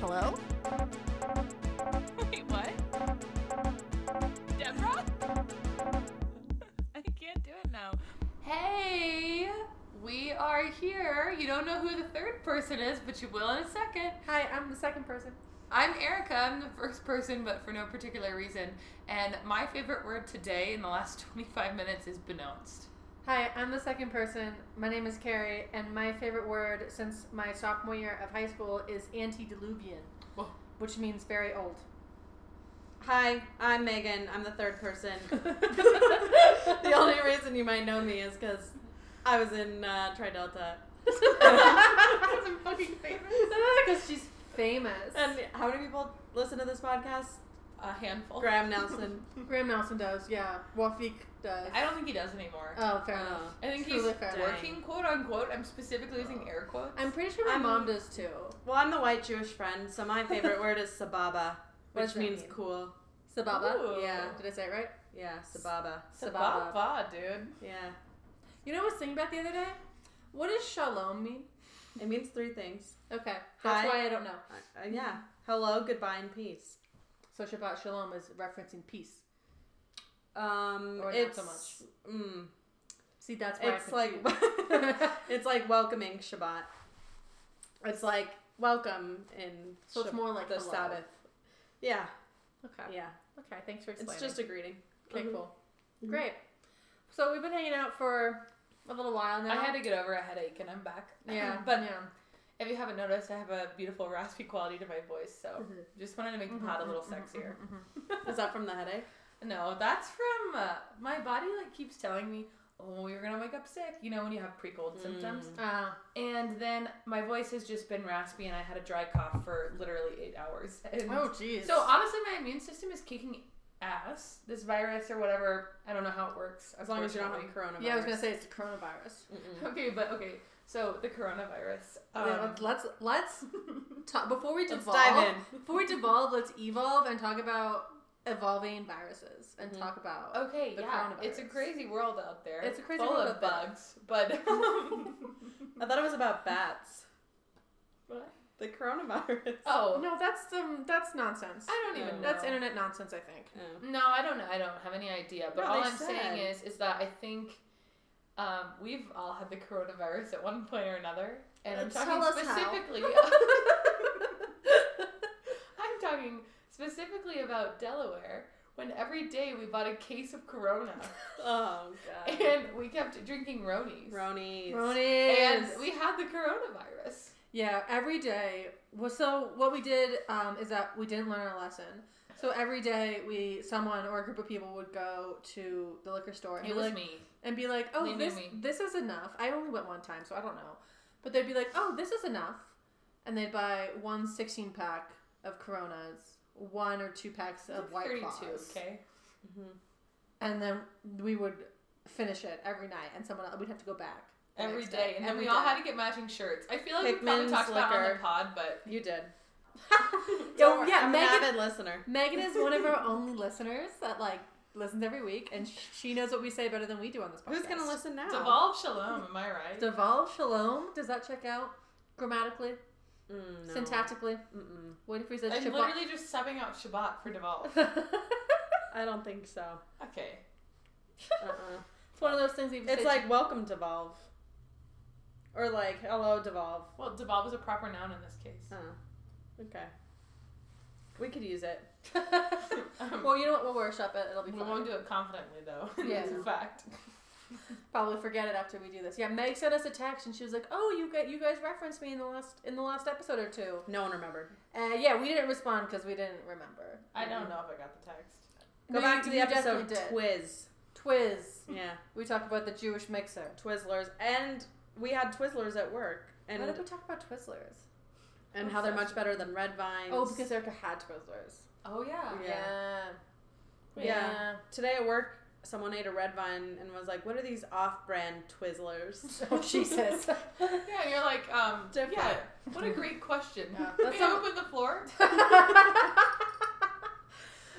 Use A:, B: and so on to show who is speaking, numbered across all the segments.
A: Hello?
B: Wait, what? Deborah? I can't do it now. Hey, we are here. You don't know who the third person is, but you will in a second.
C: Hi, I'm the second person.
B: I'm Erica. I'm the first person, but for no particular reason. And my favorite word today in the last 25 minutes is benounced.
C: Hi, I'm the second person. My name is Carrie, and my favorite word since my sophomore year of high school is antediluvian,
B: Whoa.
C: which means very old.
D: Hi, I'm Megan. I'm the third person. the
C: the
D: only reason you might know me is because I was in uh, Tri Delta.
C: That's a fucking famous. Because she's famous.
D: And how many people listen to this podcast?
B: A handful.
D: Graham Nelson.
C: Graham Nelson does, yeah. Wafik does.
B: I don't think he does anymore.
C: Oh, fair
D: Oh.
C: enough.
B: I think he's
C: truly fair.
B: working, quote unquote. I'm specifically using air quotes.
C: I'm pretty sure my
D: I'm-
C: mom does too.
D: Well, I'm the white Jewish friend, so my favorite word is sababa,
C: What does
D: which
C: that
D: means
C: mean?
D: cool.
C: Sababa?
B: Ooh.
D: Yeah.
C: Did I say it right?
D: Yeah, sababa.
C: Sababa.
B: Sababa, dude.
D: Yeah.
C: You know what I was thinking about the other day? What does shalom mean?
D: It means three things.
C: Okay, that's
D: Hi.
C: why I don't know.
D: Uh, uh, yeah. Hello, goodbye, and peace.
C: So Shabbat Shalom is referencing peace.
D: Um,
C: Or not so
D: it's, Mm,
C: See, that's why
D: it's
C: I
D: like
C: confused.
D: it's like welcoming Shabbat. It's like welcome in
C: so it's
D: Shab-
C: more like
D: the
C: hello.
D: Sabbath. Yeah,
C: Okay.
D: yeah.
C: Okay. Thanks for
D: It's
C: explaining.
D: just a greeting.
C: okay.
D: Mhm.
C: Cool.
D: Mhm.
C: Great. So we've been hanging out for a little while now.
B: I had to get over a headache and I'm back.
C: yeah,
B: but
C: yeah.
B: if you haven't noticed, I have a beautiful raspy quality to my voice, so
C: Mm-hmm.
B: just wanted to make the pot a little sexier.
D: Is that from the headache?
C: mm-hmm.
B: No, that's from uh, my body. Like keeps telling me, "Oh, you're gonna wake up sick." You know when you have pre-cold symptoms,
C: Uh,
B: and then my voice has just been raspy, and I had a dry cough for literally eight hours. And
C: oh, jeez.
B: so honestly, my immune system is kicking ass. This virus or whatever, I don't know how it works.
D: As long as you don't have
B: unfortunately.
D: coronavirus.
C: yeah, I was gonna say it's the coronavirus.
D: Mm-mm.
B: Okay, but okay. So the coronavirus. Um,
C: Yeah, let's let's, let's ta- before we
D: Let's
C: devolve.
D: dive in.
C: Before we devolve, let's evolve and talk about evolving viruses and
D: Mhm.
C: talk about.
B: Okay,
C: the
B: yeah, it's a
C: coronavirus.
B: crazy world out there.
C: It's a crazy
B: full
C: world
B: of
C: out there.
B: bugs, but
D: I thought it was about bats.
B: What?
D: The coronavirus.
B: oh,
C: No, that's um, that's nonsense.
B: I don't even.
D: No.
B: Know.
C: That's internet nonsense, I think.
D: Oh.
B: No, I don't know. I don't have any idea. But
D: No,
B: all
D: they
B: I'm saying
D: said.
B: is, is that I think um, we've all had the coronavirus at one point or another, and I'm
C: Tell
B: talking
C: us how.
B: specifically. I'm talking specifically about Delaware. When every day we bought a case of Corona,
D: Oh, God.
B: and we kept drinking Ronies,
D: Ronies.
B: and
C: Ronies.
B: we had the coronavirus.
C: yeah, every day. Well, so what we did um, is that we didn't learn our lesson. So every day, we someone or a group of people would go to the liquor store and,
B: It
C: be,
B: was
C: like,
B: me.
C: and be like, "Oh,
B: They knew
C: this
B: me.
C: this is enough." I only went one time, so I don't know. But they'd be like, "Oh, this is enough," and they'd buy one 16 pack of Coronas, one or two packs of White
B: Thirty-two.
C: Claws,
B: Okay.
D: Mm-hmm.
C: and then we would finish it every night, and someone else, we'd have to go back the
B: Every
C: next
B: day, and then
C: Every
B: we all
C: day.
B: had to get matching shirts. I feel like we probably
D: Hickman's
B: talked about it on the
D: liquor.
B: pod, but
D: You did.
C: Yo, yeah,
D: I'm
C: Megan-
D: an avid listener.
C: Megan is one of our only listeners that like listens every week, and sh- she knows what we say better than we do on this podcast.
D: Who's going to listen now?
B: Devolve Shalom, am I right?
C: Devolve shalom. Does that check out grammatically,
D: Mm, no.
C: syntactically?
D: Mm-mm.
C: What if we said
B: I'm
C: Shabbat?
B: literally just subbing out Shabbat for Devolve.
D: I don't think so.
B: Okay.
D: Uh-uh.
C: it's one of those things that you
D: it's
C: say-
D: like, welcome, Devolve. Or like, hello, Devolve.
B: Well, Devolve is a proper noun in this case.
D: Oh. Okay. We could use it.
B: Um,
C: well, you know what? We'll workshop it. It'll be
B: we
C: fun.
B: won't do it confidently, though.
C: Yeah.
B: That's a fact.
C: Probably forget it after we do this. Yeah, Meg sent us a text, and she was like, "Oh, you guys, you guys referenced me in the last in the last episode or two.
D: No one remembered.
C: Uh, yeah, we didn't respond because we didn't remember.
B: I don't know if I got the text.
D: Go
C: No,
D: back
C: you-
D: to the
C: you
D: episode
C: definitely did.
D: Twiz.
C: Twiz.
D: Yeah,
C: We talked about the Jewish mixer.
D: Twizzlers, and we had Twizzlers at work, and
C: Why did we talk about Twizzlers?
D: and how they're much better than Red Vines.
C: Oh, because Erica had Twizzlers.
B: Oh, yeah.
D: Yeah.
C: Yeah.
D: Yeah. today at work, someone ate a Red Vine and was like, "What are these off-brand Twizzlers?"
C: Oh, Jesus.
B: Yeah, and you're like, um,
D: Different.
B: yeah, what a great question.
C: Yeah.
B: May
C: That's
B: I
C: not-
B: open the floor?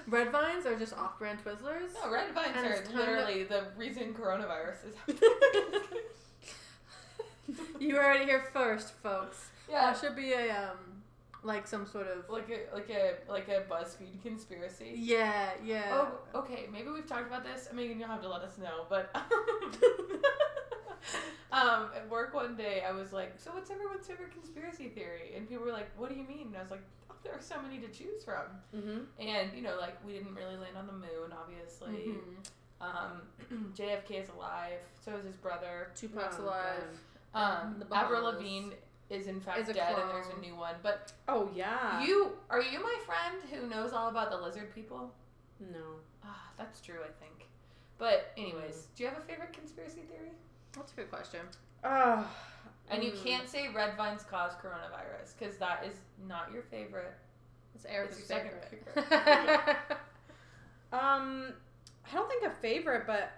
C: Red vines are just off brand Twizzlers.
B: No, red vines
C: And
B: are
C: it's time to-
B: literally the reason coronavirus is
C: You heard it here first, folks.
B: Yeah.
C: That should be a um, like some sort of
B: Like a like a like a BuzzFeed conspiracy.
C: yeah, yeah.
B: Oh, okay. Maybe we've talked about this. I mean, you'll have to let us know. But um, at work one day, I was like, "So what's everyone's favorite conspiracy theory?" And people were like, "What do you mean?" And I was like, oh, "There are so many to choose from."
D: Mm-hmm.
B: And you know, like we didn't really land on the moon, obviously.
C: Mhm.
B: Um, JFK is alive. So is his brother.
C: Tupac's
D: Oh,
C: alive.
B: Um,
C: The
B: Avril
C: Bahamas.
B: Lavigne is in fact
C: Is a
B: dead, and there's a
C: clone. Ah.
B: new one. But
D: Oh yeah.
B: you are you my friend who knows all about the lizard people?
D: No.
B: Ah, that's true, I think. But
C: Mm.
B: anyways, do you have a favorite conspiracy theory?
C: That's a good question.
D: Oh.
B: And
C: Mm.
B: you can't say red vines cause coronavirus because that is not your favorite.
C: It's Eric's
B: It's your second
C: favorite.
B: favorite.
D: Um, I don't think a favorite, but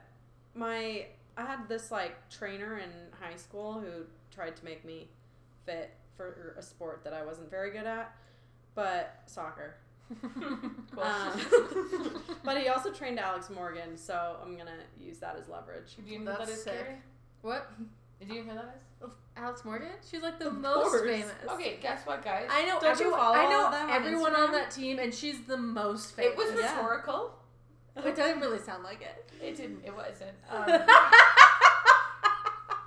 D: my I had this like trainer in high school who tried to make me fit for a sport that I wasn't very good at, but soccer.
B: Cool.
C: Ah.
D: Um, but he also trained Alex Morgan, so I'm gonna use that as leverage.
B: do you even know what that
C: That's
B: is,
C: sick.
B: Carrie?
C: what?
B: Did you even know that is?
C: Alex Morgan? She's like the
D: Of
C: most
D: course.
C: famous.
B: Okay, guess what, guys?
C: I know
D: Don't you
C: everyone.
D: follow
C: I
D: all
C: know
D: of them on
C: everyone on
D: Instagram?
C: that team, and she's the most famous.
B: it was
D: Yeah.
B: rhetorical.
C: It doesn't really sound like it.
B: It didn't. It wasn't. Um,
C: oh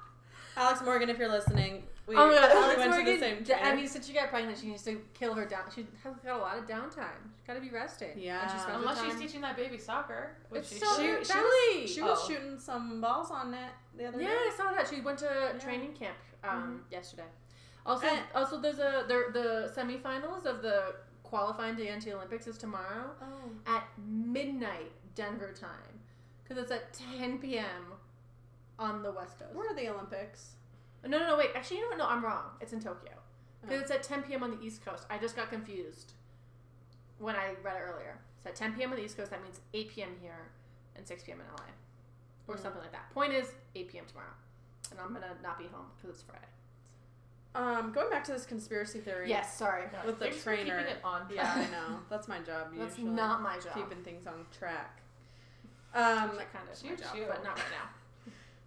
D: Alex Morgan, if you're listening, we,
C: my god,
D: we
C: Alex
D: went
C: Morgan.
D: to the same trainer.
C: I mean, since she got pregnant, she needs to kill her down. She has got a lot of downtime. She's got to be resting.
D: Yeah.
C: And she spends her
B: unless she's
C: time-
B: teaching that baby soccer, which
C: It's
B: she
C: so
D: she,
B: should.
C: weird.
D: she
C: That
D: was, she was
B: Oh.
D: shooting some balls on net the other
C: Yeah,
D: day.
C: I saw that. She went to training camp um,
D: Mm-hmm.
C: yesterday. Also,
D: And-
C: also, there's a there, the semifinals of the qualifying to anti Olympics is tomorrow
D: Oh.
C: at midnight Denver time because it's at 10 p.m. on the West Coast.
D: Where are the Olympics?
C: No, no, no, wait. Actually, you know what? No, I'm wrong. It's in Tokyo. Because
D: Oh.
C: it's at 10 p.m. on the East Coast. I just got confused when I read it earlier. It's at 10 p.m. on the East Coast. That means 8 p.m. here and 6 p.m. in LA. Or
D: Mm.
C: something like that. Point is, 8 p.m. tomorrow. And I'm going to not be home because it's Friday.
D: Um, going back to this conspiracy theory.
C: Yes, sorry.
B: No,
D: With the
B: thanks for
D: trainer.
B: Keeping it on track.
D: Yeah, I know. That's my job.
C: That's
D: usually.
C: not my job.
D: keeping things on track. Um,
C: That kind of is my
B: Shoot,
C: job,
B: shoot.
C: but not right now.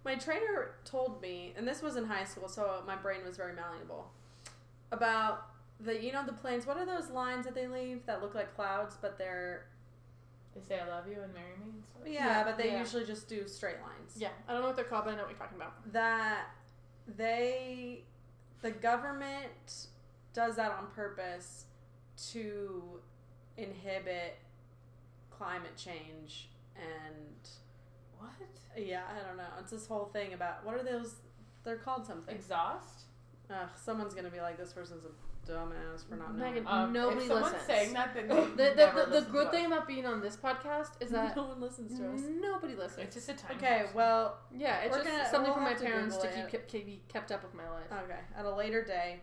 D: my trainer told me, and this was in high school, so my brain was very malleable. About the you know the planes. What are those lines that they leave that look like clouds, but they're
B: They say I love you and marry me. And stuff.
D: yeah,
C: Yeah,
D: but they
B: yeah.
D: usually just do straight lines.
C: Yeah, I don't know what they're called, but I know what you're talking about.
D: That they the government does that on purpose to inhibit climate change and
B: What?
D: Yeah, I don't know. It's this whole thing about what are those? They're called something.
B: Exhaust?
D: Ugh, someone's gonna be like, this person's a dumbass for not knowing.
C: Megan,
B: Um,
C: Nobody
B: if someone's
C: listens.
B: saying that, then
C: The, the, the, the good thing about being on this podcast is that
D: no one listens to us.
C: nobody listens.
B: It's just a time.
D: Okay,
B: capsule.
D: well,
C: Yeah, it's
D: We're
C: just
D: gonna-
C: something
D: we'll
C: for my
D: have to
C: parents to Uh,
D: Google
C: keep,
D: it.
C: kept, keep kept up with my life.
D: okay, at a later day,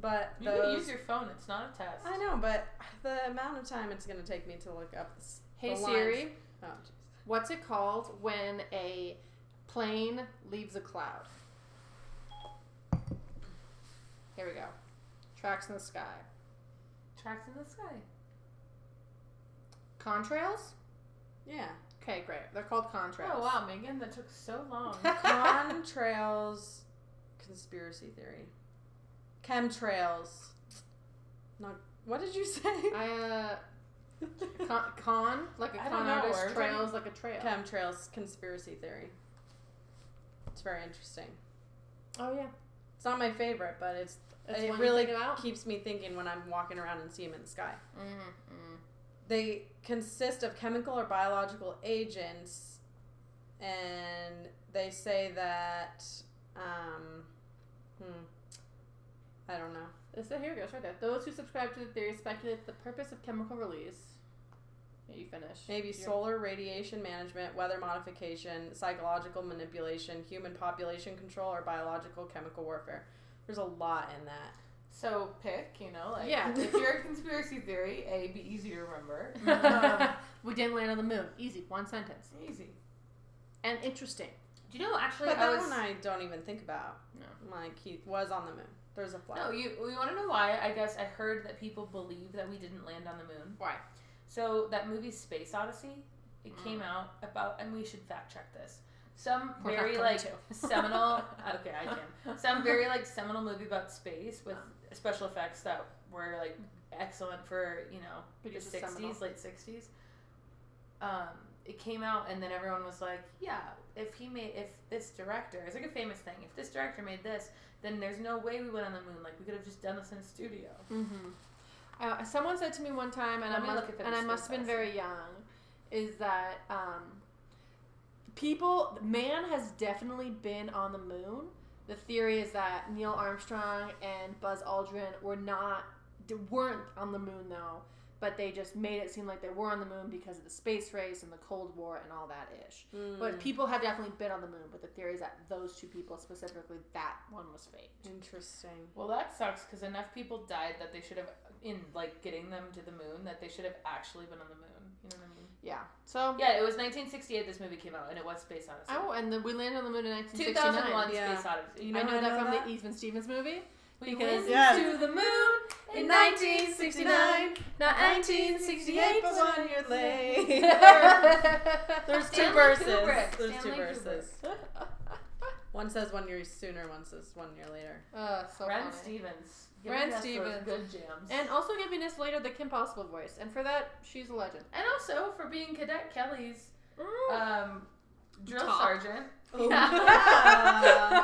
D: but
B: you can
D: those.
B: use your phone. It's not a test.
D: I know, but the amount of time it's gonna take me to look up this.
C: hey
D: the
C: Siri,
D: lines- Oh, jeez.
C: what's it called when a plane leaves a cloud? Here we go. Tracks in the sky.
B: Tracks in the sky.
C: Contrails?
D: Yeah.
C: Okay, great. They're called contrails.
B: Oh wow, Megan, that took so long.
D: Contrails, conspiracy theory. Chemtrails. Not. What did you say?
C: I, uh,
B: Uh,
C: con, con like a
B: I don't
C: con
B: know,
C: artist,
B: Orton.
C: trails like a trail.
D: Chemtrails conspiracy theory. It's very interesting.
C: Oh yeah,
D: It's not my favorite, but it's
C: That's
D: it
C: one you
D: really
C: think about?
D: keeps me thinking when I'm walking around and see them in the sky.
C: Mm-hmm.
D: They consist of chemical or biological agents, and they say that um, hmm, I don't know.
C: So here it goes, right there. Those who subscribe to the theory speculate that the purpose of chemical release. Yeah, you finish.
D: Maybe
C: You're-
D: solar radiation management, weather modification, psychological manipulation, human population control, or biological chemical warfare. There's a lot in that.
B: So pick, you know, like
C: Yeah.
B: if you're a conspiracy theory, A, be easy to remember. Um,
C: we didn't land on the moon. Easy, one sentence.
B: easy.
C: And interesting.
B: Do you know actually
D: But
B: I
D: that
B: was
D: one I don't even think about.
C: No.
D: Like he was on the moon. There's a flag.
B: No, you we want to know why? I guess I heard that people believe that we didn't land on the moon.
C: Why?
B: So that movie Space Odyssey, it came out about, and we should fact check this. some
C: Mm. We're not
B: very
C: going
B: like
C: to.
B: seminal. Okay, I can. Some very like seminal movie about space with special effects that were like excellent for you know
C: But
B: the
C: it's just seminal.
B: sixties, late sixties. Um, it came out, and then everyone was like, "Yeah, if he made if this director, it's like a famous thing. If this director made this, then there's no way we went on the moon. Like we could have just done this in a studio."
C: Mm-hmm. Uh, someone said to me one time, and
B: Let
C: I
B: me
C: must,
B: look if it
C: and
B: was
C: I must have
B: still
C: been very young, is that um, people, man has definitely been on the moon. The theory is that Neil Armstrong and Buzz Aldrin were not, d- weren't on the moon though, but they just made it seem like they were on the moon because of the space race and the Cold War and all that ish.
D: Hmm. Mm.
C: But people have definitely been on the moon. But the theory is that those two people specifically, that one was fake.
D: Interesting.
B: Well, that sucks because enough people died that they should have in like getting them to the moon that they should have actually been on the moon. You know what I mean?
C: Yeah. So
B: Yeah, it was 1968 this movie came out, and it was Space Odyssey.
C: Oh, and the, we landed on the moon in
B: 2001
C: 1969.
D: Yeah.
B: Space Odyssey.
D: You
C: I know
D: how I
C: that
D: know
C: from
D: that?
C: the Eastman Stevens movie.
B: we
C: because-
B: went
D: Yes.
B: to the moon in 1969.
C: not
D: but one year There's two
B: Stanley
D: verses.
B: Kubrick.
D: There's two
B: Stanley
D: verses. One says one year sooner, one says one year later.
C: Uh, so
B: Ren
C: funny.
B: Stevens.
C: Ren
B: giving us those
C: Stevens.
B: Good jams.
C: And also giving us later the Kim Possible voice, and for that she's a legend. Uh,
B: and also for being Cadet Kelly's um, drill
C: Top.
B: sergeant.
D: Oh,
C: Yeah.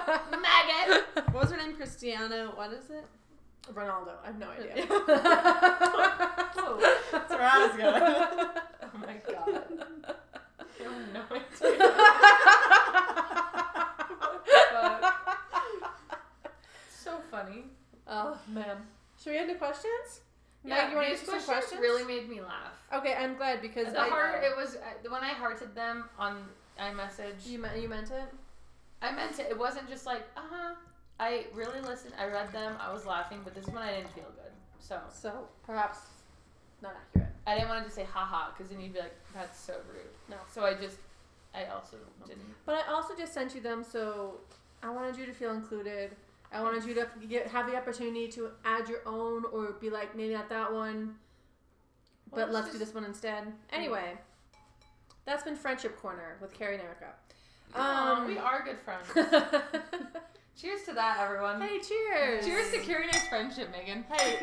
B: Maggot.
D: what was her name? Christiana. What is it?
C: Ronaldo, I have no idea.
B: oh
D: That's where I was going.
B: my god. I have no idea. What the fuck? So funny.
C: oh man. Should we end the questions? Meg, you wanna
B: these
C: do some questions?
B: really made me laugh.
C: Okay, I'm glad because
B: The
C: I-
B: heart, it was I- when I hearted them on iMessage.
C: you meant you meant it.
B: I meant it. It wasn't just like, uh huh. I really listened. I read them. I was laughing, but this one I didn't feel good. So
C: So perhaps not accurate.
B: I didn't want to just say haha because then you'd be like, that's so rude.
C: No.
B: So I just, I also didn't.
C: But I also just sent you them, so I wanted you to feel included. I wanted you to get, have the opportunity to add your own or be like, maybe not that one,
B: Well,
C: but
B: it's
C: let's do
B: just-
C: this one instead. Anyway, that's been Friendship Corner with Carrie and Erica. Um,
B: Aw, we are good friends.
C: hey,
B: Cheers to that, everyone.
C: cheers!
B: Cheers to Carrie and I's friendship, Megan.
C: Hey,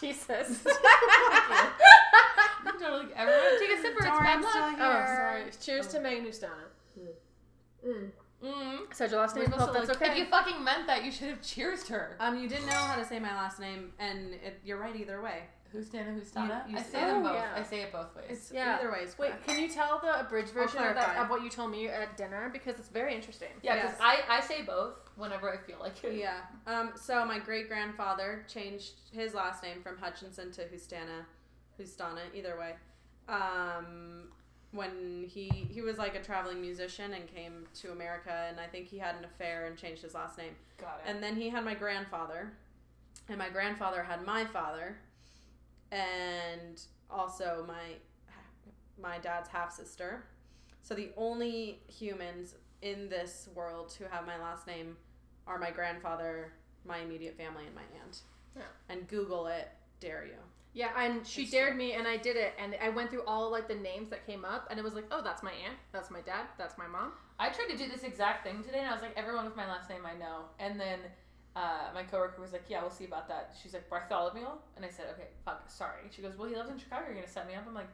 C: Jesus.
B: I'm totally, everyone take a sip or it's bad
D: Darn,
B: luck.
D: I'm
C: oh,
D: still here.
C: sorry. Cheers to Megan Ustana. Mm.
B: Mm.
C: Said your last name. Oh, Hope that's okay.
B: If you fucking meant that, you should have cheersed her.
D: Um, you didn't know how to say my last name, and it, you're right either way.
B: Who's Dana? Who's Donna?
D: You- you
B: I
D: say
B: say
D: it.
B: them
C: Oh,
B: both.
C: yeah.
B: I say it both ways.
D: It's
C: Yeah.
D: either way is
C: Wait,
D: correct.
C: can you tell the abridged version of, that,
D: clarify.
C: of what you told me at dinner? Because it's very interesting.
B: yeah, because
D: yes.
B: I, I say both whenever I feel like it.
D: Yeah. Um. So my great grandfather changed his last name from Hutchinson to Hustana, Hustana. Either way, um, when he he was like a traveling musician and came to America, and I think he had an affair and changed his last name.
B: Got it.
D: And then he had my grandfather, and my grandfather had my father, and also my my dad's half sister. So the only humans in this world who have my last name are my grandfather, my immediate family, and my aunt.
C: Yeah.
D: And Google it, dare you?
C: Yeah, and she
D: That's
C: dared
D: true.
C: me, and I did it, and I went through all like the names that came up, and it was like, oh, that's my aunt, that's my dad, that's my mom.
B: I tried to do this exact thing today, and I was like, everyone with my last name I know. And then uh, my coworker was like, yeah, we'll see about that. She's like, Bartholomew? And I said, okay, fuck, sorry. She goes, well, he lives in Chicago. You're going to set me up? I'm like,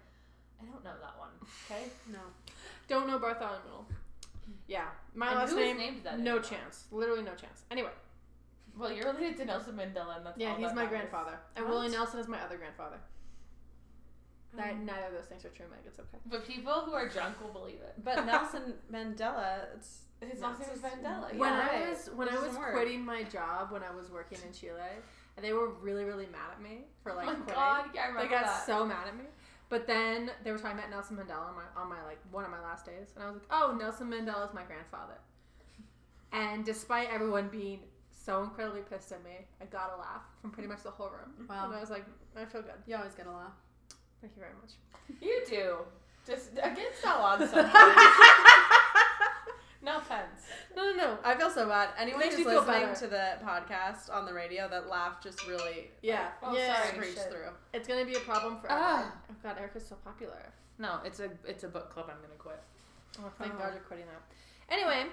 B: I don't know that one. Okay?
D: No.
C: Don't know Bartholomew. Yeah, my
B: And
C: last
B: who is
C: name,
B: named that
C: no
B: anymore?
C: chance, literally no chance. Anyway,
B: Well, you're related to Nelson Mandela, and that's
C: yeah,
B: all
C: he's
B: that
C: my
B: matters.
C: grandfather, and
D: What?
C: Willie Nelson is my other grandfather. That, neither of those things are true, Meg. It's okay.
B: But people who are drunk will believe it.
D: But Nelson Mandela, it's
B: His
D: No,
B: last name
D: it's
B: is
D: just-
B: Mandela.
C: when
B: yeah,
C: I
B: right.
C: was when
D: It
C: I was
D: doesn't work.
C: quitting my job when I was working in Chile, and they were really really mad at me for
B: Oh
C: like
B: my
C: quitting.
B: god, yeah, I remember
C: They got
B: that.
C: so mad at me. But then they were talking about Nelson Mandela on my, on my like one of my last days, and I was like, "Oh, Nelson Mandela is my grandfather." And despite everyone being so incredibly pissed at me, I got a laugh from pretty much the whole room,
D: Wow.
C: and I was like, "I feel good.
D: you always get a laugh.
C: Thank you very much."
B: You do. Just against all odds sometimes. no offense.
C: No, no, no.
D: I feel so bad. Anyone
C: makes
D: who's
C: you feel
D: listening
C: better.
D: to the podcast on the radio that laugh just really
C: Yeah,
B: Oh,
C: yeah.
B: sorry.
D: screeched
B: shit.
D: through.
C: It's gonna be a problem for.
B: Ah.
C: everyone. Oh God, Erica's so popular.
B: No, it's a it's a book club. I'm gonna quit.
C: Oh, thank
D: Oh.
C: God you're quitting that. Anyway,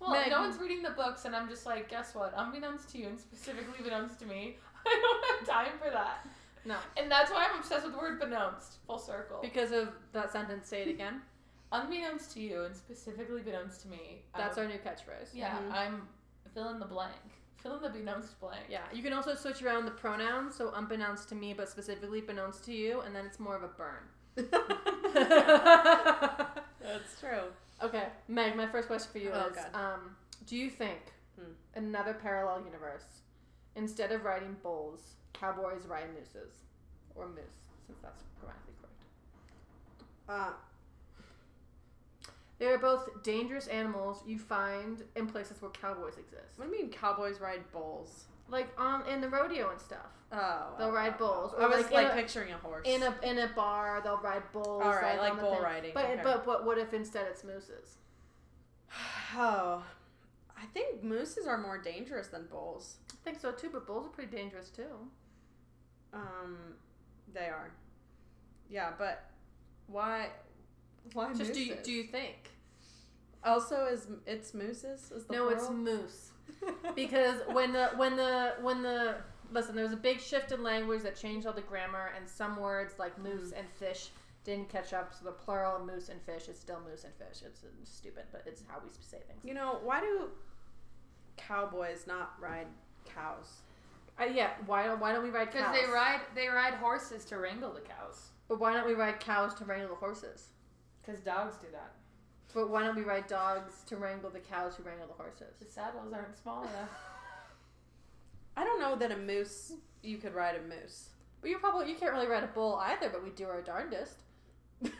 B: Well,
C: Meg-
B: no one's reading the books, and I'm just like, guess what? Unbeknownst to you, and specifically unbeknownst to me, I don't have time for that.
C: no,
B: And that's why I'm obsessed with the word beknownst. Full circle.
C: because of that sentence. Say it again.
B: unbeknownst to you, and specifically beknownst to me.
C: That's
B: I'm,
C: our new catchphrase.
B: yeah.
D: Mhm.
B: I'm fill in the blank. Fill in the beknownst blank.
C: Yeah, you can also switch around the pronouns, so unbeknownst to me, but specifically pronounced to you, and then it's more of a burn.
D: That's true.
C: okay, Meg, my first question for you
D: Oh,
C: is:
D: God.
C: um, Do you think
D: Hmm.
C: another parallel universe, instead of riding bulls, cowboys ride mooses, or moose, since that's grammatically correct?
D: Uh,
C: They are both dangerous animals you find in places where cowboys exist,
D: what do you mean cowboys ride bulls?
C: like on in the rodeo and stuff.
D: Oh.
C: They'll
D: oh,
C: ride
D: oh,
C: bulls,
D: oh.
C: or
D: I was
C: like
D: like,
C: in a-
D: picturing a horse.
C: In a in a bar, they'll ride bulls.
D: All right, like
C: on the
D: bull riding,
C: But
D: okay.
C: but what what if instead it's mooses?
D: Oh. I think mooses are more dangerous than bulls.
C: I think so too, but bulls are pretty dangerous too.
D: Um, they are. Yeah, but why? Why
C: Just do you,
D: mooses?
C: do you think?
D: Also, is m- it's mooses? Is the
C: no, it's
D: plural?
C: moose because when the when the when the listen, there was a big shift in language that changed all the grammar, and some words like moose and fish didn't catch up. So the plural of moose and fish is still moose and fish. It's, it's stupid, but it's how we say things.
D: you know why do cowboys not ride cows?
C: Uh, yeah, why don't why don't we ride cows?
B: Because they ride they ride horses to wrangle the cows.
C: But why don't we ride cows to wrangle the horses?
B: Because dogs do that.
C: But why don't we ride dogs to wrangle the cows who wrangle the horses?
B: The saddles aren't small enough.
D: I don't know that a moose you could ride a moose.
C: But you probably you can't really ride a bull either, but we do our darndest.
B: yeah,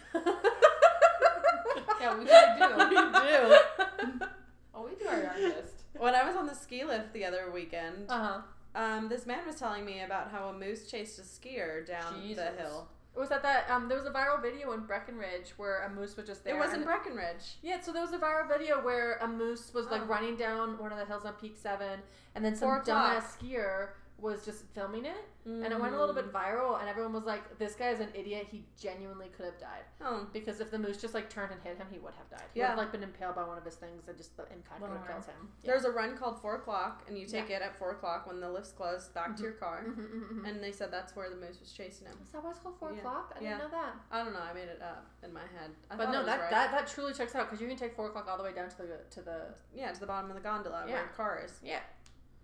B: we sure do.
D: We do.
B: Oh, we do our darndest.
D: When I was on the ski lift the other weekend,
C: Uh huh.
D: um, this man was telling me about how a moose chased a skier down the
C: Jesus.
D: hill.
C: Was that that? Um, there was a viral video in Breckenridge where a moose was just there.
D: It was in
C: and-
D: Breckenridge.
C: Yeah, so there was a viral video where a moose was like
B: Oh.
C: running down one of the hills on Peak Seven, and then some
D: Four o'clock.
C: dumbass skier was just filming it, and it went a little
D: Mm.
C: bit viral, and everyone was like, "This guy is an idiot. He genuinely could have died."
D: Oh,
C: Because if the moose just like turned and hit him, he would have died. He
D: Yeah.
C: would have like been impaled by one of his things, and just the impact would have
B: Wow.
C: killed him.
D: There's a run called four o'clock, and you take it at four o'clock when the lift's closed back to your car.
C: Mhm, mhm, mhm.
D: And they said that's where the moose was chasing him.
C: Is that why it's called four
D: Yeah.
C: o'clock? I
D: Yeah.
C: didn't know that.
D: I don't know. I made it up in my head. I
C: But
D: thought it
C: no,
D: was
C: that,
D: right.
C: that that truly checks out because you can take four o'clock all the way down to the to the.
D: yeah to the bottom of the gondola where
C: Yeah.
D: your car is
C: Yeah,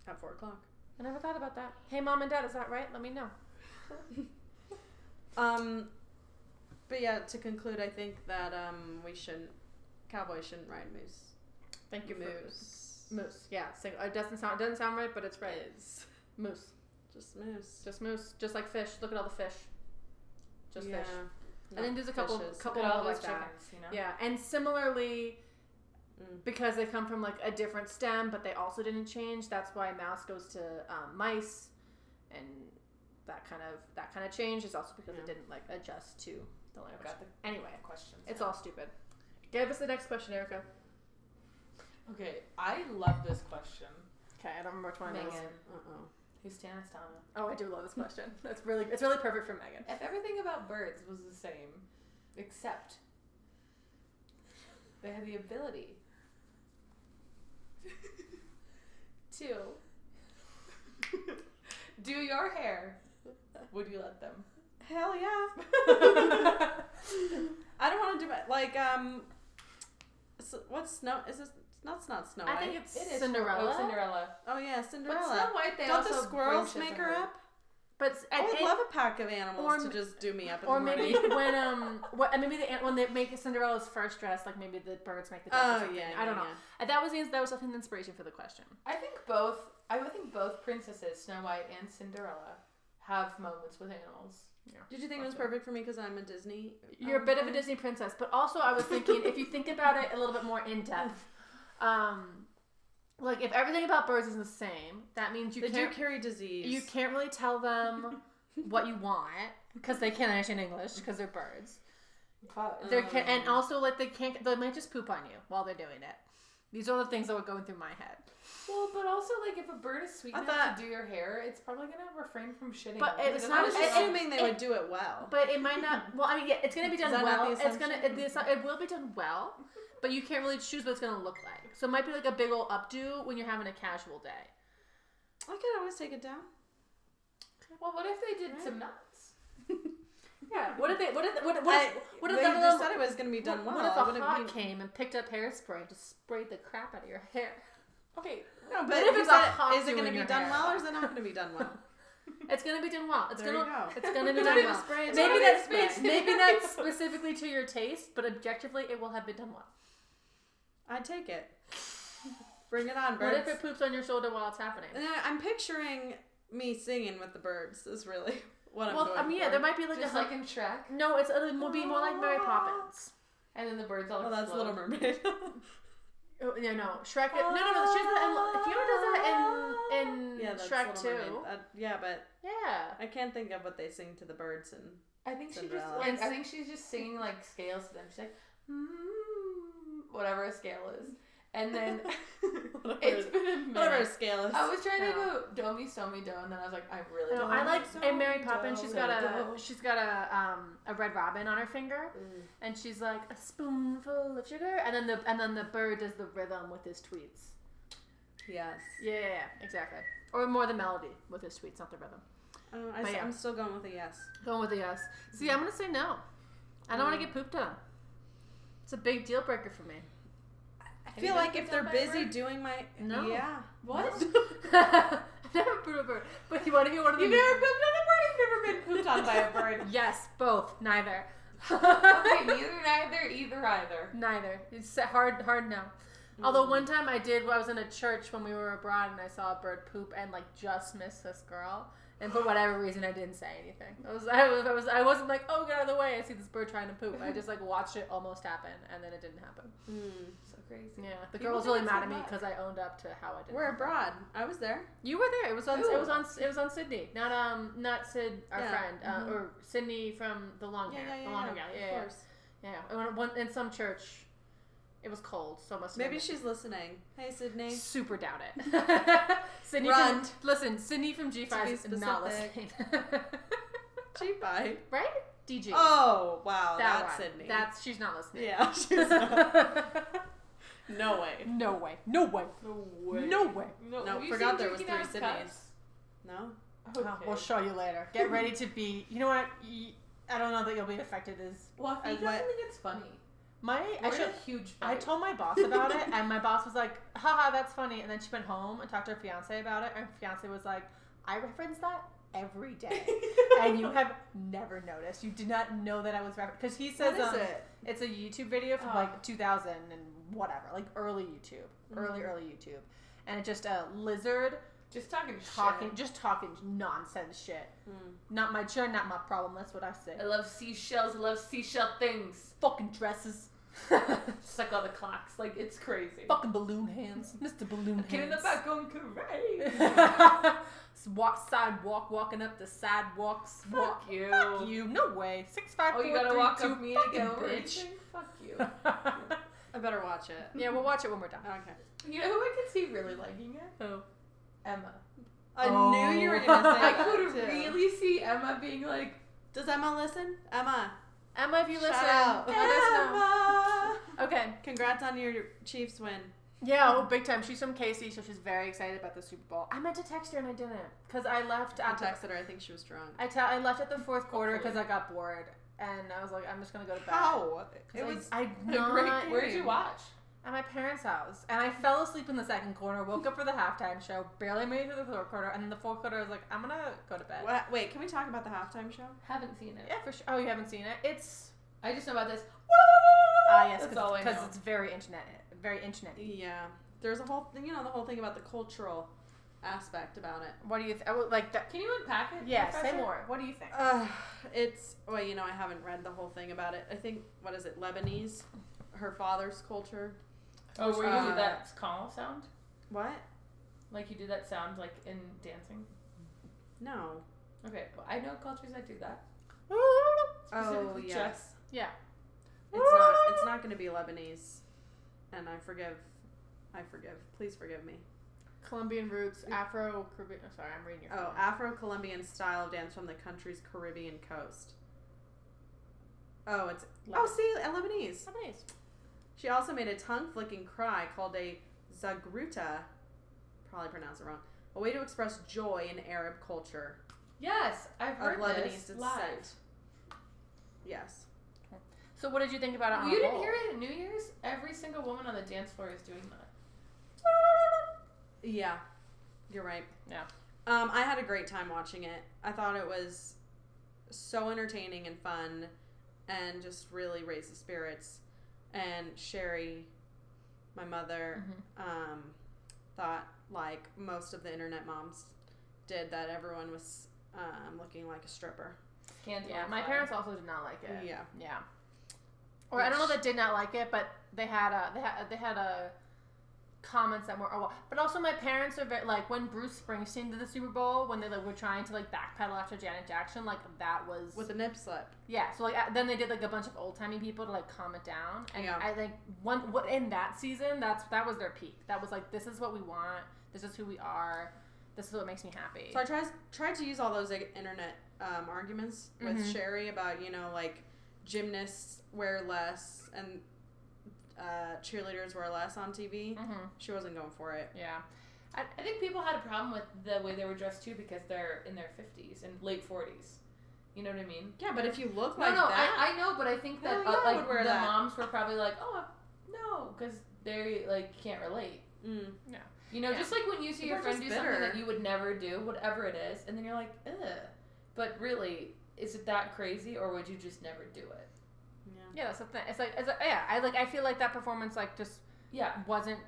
D: at four o'clock.
C: I never thought about that. Hey, mom and dad, is that right? Let me know.
D: Um, but yeah, to conclude, I think that um we shouldn't cowboys shouldn't ride moose.
C: Thank you, moose.
D: moose.
C: Moose. Yeah, sing- it doesn't sound it doesn't sound right, but it's right.
D: Is
C: Moose.
D: just moose.
C: Just moose. Just like fish. Look at all the fish. Just
D: Yeah.
C: fish.
D: No,
C: and then there's a couple
D: fishes.
C: couple
B: Look at all
C: of
B: those
C: like
B: chickens,
C: that.
B: you know?
C: Yeah, and similarly,
D: Mm.
C: because they come from like a different stem, but they also didn't change. That's why mouse goes to um, mice, and that kind of that kind of change is also because
D: Yeah.
C: it didn't like adjust to the language.
B: got the
C: Anyway,
B: questions.
C: it's
B: now.
C: all stupid. Give us the next question, Erica.
B: Okay, I love this question.
C: Okay, I don't remember which one it
B: Megan,
C: was.
D: Uh oh.
B: who's Stannis Donna?
C: Oh, I do love this question. That's really it's really perfect for Megan.
B: If everything about birds was the same, except they had the ability to do your hair, would you let them?
D: Hell yeah. I don't want to do it like um. So what's snow? Is this? That's not Snow White.
C: I think it's
B: It is
C: Cinderella.
B: Oh, Cinderella.
D: oh yeah,
B: But
D: Cinderella.
B: Snow White, they
D: Don't
B: also
D: the squirrels
B: broached it
D: make
B: to
D: her up?
C: But
D: I
C: and-
D: would
C: and-
D: love a pack of animals
C: or
D: to just do me up in
C: or
D: the morning.
C: maybe when um what, and maybe the an- when they make Cinderella's first dress, like maybe the birds make the dress. or
D: oh
C: something.
D: yeah,
C: I don't know.
D: yeah,
C: Uh, That was the- that was definitely the inspiration for the question.
B: I think both. I would think both princesses, Snow White and Cinderella, have moments with animals.
D: yeah. Did you think it was perfect for me because I'm a Disney?
C: You're a bit of a
D: Um,
C: Disney princess, but also I was thinking if you think about it a little bit more in depth, um, like if everything about birds is the same, that means you
D: They do
C: can't
D: carry disease.
C: you can't really tell them what you want because they can't understand English because they're birds.
B: But
C: There can, and
D: Um.
C: also like they can't. They might just poop on you while they're doing it. These are the things that were going through my head.
B: well, but also like if a bird is sweet
D: I
B: enough
D: thought-
B: to do your hair, it's probably gonna refrain from shitting.
C: But
B: on you
C: it's
B: because
C: not-
D: I
B: otherwise
D: was
C: it-
B: it's-
D: assuming they
C: it-
D: would do it well.
C: But it might not. Well, I mean, yeah, it's gonna be
D: Is
C: done
D: that not
C: well.
D: the
C: It's gonna. It,
D: assumption?
C: the assu- it will be done well. but you can't really choose what it's gonna look like. So it might be like a big old updo when you're having a casual day.
D: I could always take it down.
B: Well, what if they did some nuts?
C: Yeah. What if they? What if? What if? What
D: I,
C: if, what if
D: well, you
C: the-
D: just said it was going to be done
C: what,
D: well.
C: what if a
D: Wouldn't
C: hawk
D: be-
C: came and picked up hairspray and just sprayed the crap out of your hair?
B: Okay,
D: No, but
C: What
D: if
C: if
D: it's
C: it's a hawk
D: is it going
C: doing
D: to be
C: your
D: done
C: hair?
D: well or is it not going to be done well?
C: It's gonna be done well. It's
D: There you
C: gonna.
D: go.
C: It's gonna be
D: Don't
C: done
D: even
C: well.
D: spray it, don't
C: Maybe
D: even
C: that's
D: spray it.
C: maybe that's specifically to your taste, but objectively, it will have been done well.
D: I take it. Bring it on,
C: What if
D: birds.
C: it poops on your shoulder while it's happening?
D: And then I'm picturing me singing with the birds. Is really what I'm.
C: Well,
D: going
C: I mean, yeah,
D: for.
C: there might be like
B: just
C: a
B: like uh-huh. in Shrek,
C: no. It's it will be more like Mary
D: Ah.
C: Poppins.
B: and then the birds all.
D: Well, Oh, that's
B: explode.
D: Little Mermaid.
C: Oh, no, no, Shrek. No, no, no. She does that in, Fiona does that in in
D: yeah, that's
C: Mm, Shrek
D: Little
C: too.
D: Mermaid. Uh, yeah, but
C: Yeah.
D: I can't think of what they sing to the birds and.
B: I think she just.
D: Cinderella.
B: Like,
C: And-
B: I think she's just singing like scales to them. She's like, mm, whatever a scale is, and then it's been a minute.
D: Whatever scale is.
B: I was trying to go
C: No.
B: do me so me do, and then I was like, I really
C: No,
B: don't.
C: I
B: know.
C: like
D: so
C: in Mary Poppins. She's got
D: dope.
C: a she's got a um a red robin on her finger,
D: Mm.
C: and she's like a spoonful of sugar, and then the and then the bird does the rhythm with his tweets.
D: Yes.
C: Yeah, yeah, yeah, exactly. Or more the melody with his tweets, not the rhythm.
D: Oh, I,
C: But yeah.
D: am still going with a yes.
C: Going with a yes. See, I'm gonna say no. I don't
B: Mm.
C: want to get pooped on. It's a big deal breaker for me.
D: I
B: you
D: feel
B: been
D: like
B: picked
D: if they're
B: up by a
D: busy
B: bird?
D: doing my
C: No.
D: yeah,
B: what?
C: I've never pooped on a bird, but you want to hear one of the
B: You've never pooped on a bird. You've never been pooped on by a bird.
C: Yes, both, neither.
B: okay, neither, neither, either, either.
C: Neither. It's a hard, hard no. Although
D: Mm.
C: one time I did, I was in a church when we were abroad, and I saw a bird poop and like just missed this girl. And for whatever reason, I didn't say anything. I was, I was, I, was, I wasn't like, oh, get out of the way. I see this bird trying to poop. I just like watched it almost happen, and then it didn't happen.
D: Mm.
B: So crazy.
C: Yeah, the
D: People
C: girl was
D: do
C: really
D: that
C: mad
D: so
C: at me
D: much.
C: because I owned up to how I did.
D: we're abroad. I was there.
C: You were there. It was on.
B: Ooh.
C: It was on. It was on Sydney. Not um. Not Sid, our
D: Yeah.
C: friend, uh,
D: Mhm.
C: or Sydney from the long hair. the long hair. Yeah,
D: Of
C: yeah,
D: course.
C: yeah. yeah. And one, in some church, it was cold, so it must. have
D: Maybe
C: been-
D: she's listening. Hey, Sydney.
C: Super doubt it. Sydney
D: Run.
C: From, listen, Sydney from G5
D: be
C: is not listening.
D: specific. Gee, bye.
C: right? DG.
D: Oh wow,
C: That
D: that's
C: one.
D: Sydney.
C: That's she's not listening.
D: yeah. She's not. no way.
C: no way. No way.
B: No way.
C: No way.
B: No,
D: No,
B: have you
D: forgot
B: seen
D: there was
B: Drinking
D: three
B: Out of
D: Sydneys. No.
B: Cups? Okay.
C: we'll show you later. Get ready to be. You know what? Y- I don't know that you'll be affected as
B: well, if
C: as
B: you
C: what-
B: guys think it's funny,
C: my.
B: we're
C: I should.
B: in a huge.
C: I
B: fight.
C: told my boss about it, and my boss was like, haha, that's funny. And then she went home and talked to her fiance about it, and her fiance was like, I reference that every day. and you have never noticed. You did not know that I was referencing. Because he says, um,
D: it?
C: it's a YouTube video from
B: Oh.
C: like 2000 and whatever, like early YouTube, early,
B: Mm-hmm.
C: early YouTube. And it's just a lizard
B: just talking
C: talking,
B: shit. Hmm.
C: just talking nonsense shit. Not my churn, not my problem. That's what I say.
B: I love seashells. I love seashell things.
C: Fucking dresses.
B: Just like all the clocks. Like it's crazy.
C: Fucking balloon hands. Mr. Balloon
B: Get in
C: Hands.
B: the back on parade.
C: walk sidewalk, walking up the sidewalk,
B: Fuck
C: walk.
B: you.
C: Fuck you. No way. Six five.
B: Oh, you
C: four,
B: gotta
C: three,
B: walk
C: two,
B: up me to
C: fucking
B: get over
C: bitch.
B: anything? Fuck you.
D: I better watch it.
C: yeah, we'll watch it when we're done.
D: Okay.
B: You know who I could see really liking it? Emma.
D: I
C: Oh.
D: knew you were gonna say
B: I
D: that,
B: could
D: too.
B: really see Emma being like,
D: Does Emma listen? Emma.
C: Emma, if you
D: shout
C: listen,
D: out.
C: let us know.
D: Emma.
C: Okay.
D: Congrats on your Chiefs win.
C: Yeah, oh, big time. She's from Casey, so she's very excited about the Super Bowl. I meant to text her and I didn't because I left
D: I
C: at the,
D: texted her. I think she was drunk.
C: I, te- I left at the fourth quarter because
B: Hopefully.
C: I got bored and I was like, I'm just gonna go to bed.
D: How?
C: 'Cause
D: It
C: I-
D: was.
C: I,
B: a
C: not,
B: great game. Where'd you watch?
C: at my parents' house, and I fell asleep in the second quarter. Woke up for the halftime show, barely made it to the third quarter, and then the fourth quarter I was like, I'm gonna go to bed.
D: What? Wait, can we talk about the halftime show?
B: Haven't seen it.
C: Yeah, for sure. Oh, you haven't seen it? It's
B: I just know about this.
C: ah yes,
B: That's all I
C: because
B: know.
C: it's very internet, very internet.
D: Yeah, there's a whole thing, you know, the whole thing about the cultural aspect about it.
C: What do you th- I would like? The-
B: Can you unpack it?
C: yeah, say
B: Professor?
C: more. What do you think?
D: Uh, it's well, you know, I haven't read the whole thing about it. I think what is it, Lebanese, her father's culture.
B: Oh, where you
D: Uh,
B: did that call sound?
D: What?
B: Like you did that sound like in dancing?
D: No.
B: Okay, well, I know cultures that do that.
D: Oh
B: Specifically
D: yes.
C: Yeah.
D: It's not.
C: Ah.
D: It's not going to be Lebanese, and I forgive. I forgive. Please forgive me.
C: Colombian roots,
B: Mm.
C: Afro Caribbean. Sorry, I'm reading your.
D: Oh, Afro-Colombian style of dance from the country's Caribbean coast. Oh, it's oh, see, Lebanese.
C: Lebanese.
D: She also made a tongue flicking cry called a zagruta, probably pronounced it wrong, a way to express joy in Arab culture
B: Yes, I've
D: of
B: heard
D: Lebanese
B: this
D: descent.
B: live.
D: Yes.
C: So what did you think about it? On
B: You
C: the
B: didn't
C: whole?
B: hear it at New Year's? Every single woman on the dance floor is doing that.
D: Yeah, you're right.
B: Yeah.
D: Um, I had a great time watching it. I thought it was so entertaining and fun and just really raised the spirits. And Sherry, my mother, um, thought, like most of the internet moms did, that everyone was um, looking like a stripper.
B: Scandal
C: Yeah,
B: on
C: my
B: fire.
C: parents also did not like it.
D: Yeah.
C: Yeah. Or I don't know that did not like it, but they had a they had they had a comments that were oh well. But also my parents are very like when Bruce Springsteen did the Super Bowl when they like were trying to like backpedal after Janet Jackson like that was
D: With a nip slip.
C: yeah. So like uh, then they did like a bunch of old timey people to like calm it down, and
D: Yeah.
C: I think one what in that season that's that was their peak. That was like this is what we want. This is who we are. This is what makes me happy.
D: So I tried tried to use all those like, internet um, arguments with
C: Mhm.
D: Sherry about you know like gymnasts wear less and uh, cheerleaders wear less on TV.
C: mm-hmm.
D: She wasn't going for it.
C: Yeah.
B: I think people had a problem with the way they were dressed too because they're in their 50s and late 40s. You know what I mean?
D: Yeah, but if you look
B: No,
D: like
B: no,
D: that,
B: I, I know, but I think that
D: Hell yeah,
B: uh,
D: I
B: like
D: would wear
B: the
D: that.
B: moms were probably like, oh no, because they like can't relate.
D: mm,
B: You know,
C: Yeah.
B: just like when you see
D: People
B: your
D: are
B: friend do
D: just
B: something that
D: bitter.
B: you would never do, whatever it is, and then you're like, ugh. But really, is it that crazy, or would you just never do it?
D: yeah.
C: Yeah, that's the thing. It's like, it's like yeah, I like I feel like that performance like just
B: Yeah,
C: wasn't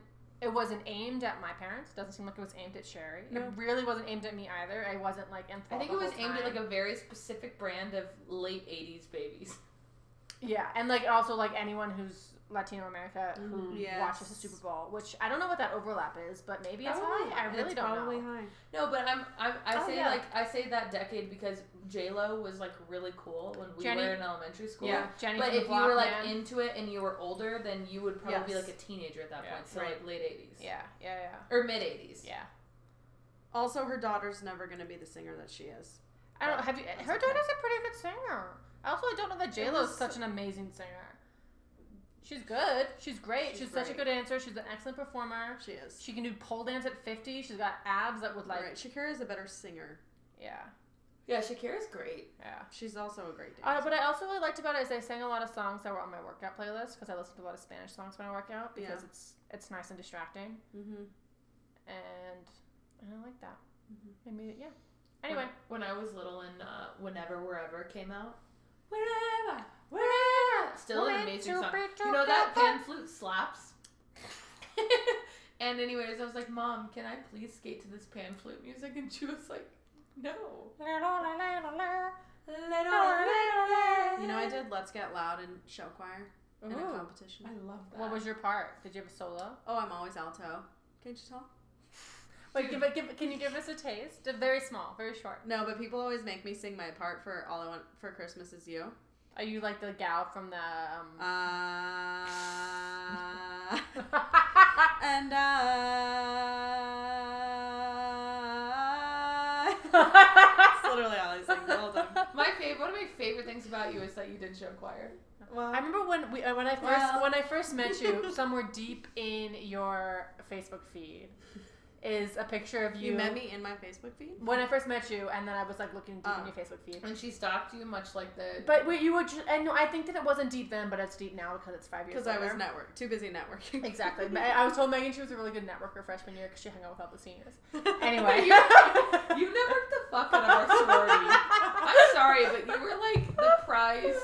C: it wasn't aimed at my parents. Doesn't seem like it was aimed at Sherry.
D: No.
C: It really wasn't aimed at me either. I wasn't like
B: I
C: enthralled.
B: think
C: the
B: it was
C: whole
B: aimed at
C: time.
B: like a very specific brand of late '80s babies.
C: yeah, and like also like anyone who's Latino America who
D: Mhm. Yes.
C: watches the Super Bowl, which I don't know what that overlap is, but maybe it's
B: Probably.
C: high. I really
D: Oh, it's
C: don't
D: probably
C: know.
D: high.
B: No, but I'm, I'm I
C: Oh,
B: say
C: yeah.
B: like I say that decade because J Lo was like really cool when we
C: Jenny-
B: were in elementary school.
D: Yeah.
C: Jenny
B: But
C: from the
B: if you
C: Block,
B: were like
C: man.
B: into it and you were older, then you would probably be
D: Yes.
B: like a teenager at that
C: Yeah.
B: point, so
D: Right.
B: like late '80s,
C: yeah, yeah, yeah,
B: or mid '80s.
C: yeah.
D: Also, her daughter's never going to be the singer that she is.
C: I don't have you.
D: That's
C: Her
D: okay.
C: daughter's a pretty good singer. Also, I don't know that J Lo is
D: was-
C: such an amazing singer. She's good. She's great. She's,
D: She's
C: such a
D: great.
C: good dancer. She's an excellent performer.
D: She is.
C: She can do pole dance at fifty. She's got abs that would like.
D: right. Shakira is a better singer.
C: Yeah,
B: Yeah, Shakira's great.
C: yeah.
D: She's also a great
C: Uh,
D: dancer.
C: but I also really liked about it is I sang a lot of songs that were on my workout playlist because I listen to a lot of Spanish songs when I work out because
D: Yeah.
C: it's it's nice and distracting
D: mm-hmm.
C: and and I like that.
D: Mhm.
B: Mm-hmm.
C: Maybe yeah. Anyway,
B: when, when I was little and uh, whenever wherever came out, wherever wherever still an amazing song. You know that pan flute slaps. and anyways, I was like, Mom, can I please skate to this pan flute music? And she was like, No.
D: You know, I did Let's Get Loud in show choir in a
B: Ooh.
D: competition.
B: I love that.
C: What was your part? Did you have a solo?
D: Oh, I'm always alto. Can't you tell?
C: Wait, give, give, can you give us a taste? Very small, very short.
D: No, but people always make me sing my part for All I Want for Christmas Is You.
C: Are you like the gal from the?
D: Mm.
C: Um...
D: Uh, and I. That's literally all I sing the whole time.
B: my favorite? One of my favorite things about you is that you did show choir.
D: Well,
C: I remember when we uh, when I first
D: Well.
C: when I first met you, somewhere deep in your Facebook feed is a picture of you.
D: you met me in my Facebook feed?
C: when I first met you, and then I was like looking deep in
D: Oh.
C: your Facebook feed.
B: And she stalked you, much like the.
C: But wait, you were just, and no, I think that it wasn't deep then, but it's deep now because it's five years.
D: Because I was
C: later.
D: network too busy networking.
C: exactly. Ma- I was told Megan she was a really good networker freshman year because she hung out with all the seniors. uh, Anyway,
B: you, you networked the fuck out of our sorority. I'm sorry, but you were like the prized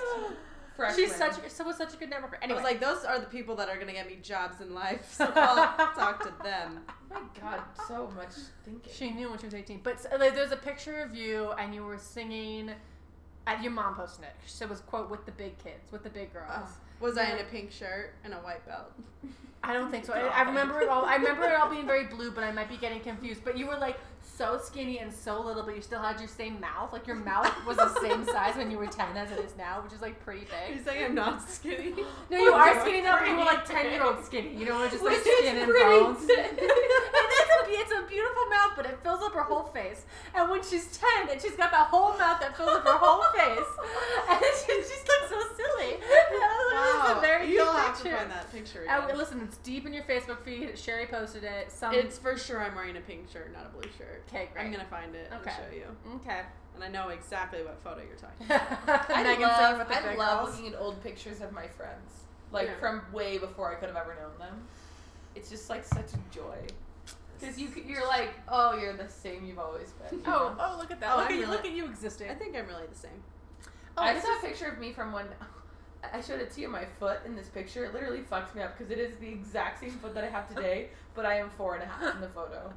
B: freshman.
C: she's such so was such a good networker.
D: I
C: Anyway,
D: was like, those are the people that are going to get me jobs in life, so I'll talk to them.
B: My God, so much thinking.
C: She knew when she was 18. But so, like, there's a picture of you, and you were singing. At your mom posted it. So it was quote with the big kids, with the big girls.
D: Oh, was I in a pink shirt and a white belt?
C: I don't think so. I, I remember it all. I remember it all being very blue, but I might be getting confused. But you were like so skinny and so little, but you still had your same mouth. Like your mouth was the same size when you were 10 as it is now, which is like pretty big.
D: You're saying I'm not skinny?
C: No, you are
B: You're
C: skinny now, but you were like
B: pretty
C: 10 year old skinny. You know, just
B: Which
C: like
B: is
C: skin and
B: pretty
C: bones. and it's a, be- it's a beautiful mouth, but it fills up her whole face. And when she's 10, and she's got that whole mouth that fills up her whole face. And she just looks so silly. And I was like, "This is a very
D: You'll
C: cute
D: have
C: picture.
D: to find that picture.
C: And
D: Again.
C: we- Oh, listen, it's deep in your Facebook feed. Sherry posted it. Some
D: it's for sure I'm wearing a pink shirt, not a blue shirt.
C: okay, great.
D: I'm gonna find it
C: Okay.
D: and show you,
C: okay.
D: and I know exactly what photo you're talking.
B: I
C: Megan's
B: love,
C: sitting with the
B: I
C: big
B: love
C: girls.
B: looking at old pictures of my friends, like
C: Yeah.
B: from way before I could have ever known them. It's just like such a joy, because you c- you're like, oh, you're the same you've always been. you
C: Oh,
B: know?
C: oh, look at that!
D: Oh,
C: look
D: I'm
C: at you!
D: really-
C: Look at you
D: about.
C: existing.
D: I think I'm really the same.
C: oh,
B: I
C: this
B: saw
C: is-
B: a picture of me from when I showed it to you. My foot in this picture it literally fucks me up because it is the exact same foot that I have today, but I am four and a half in the photo.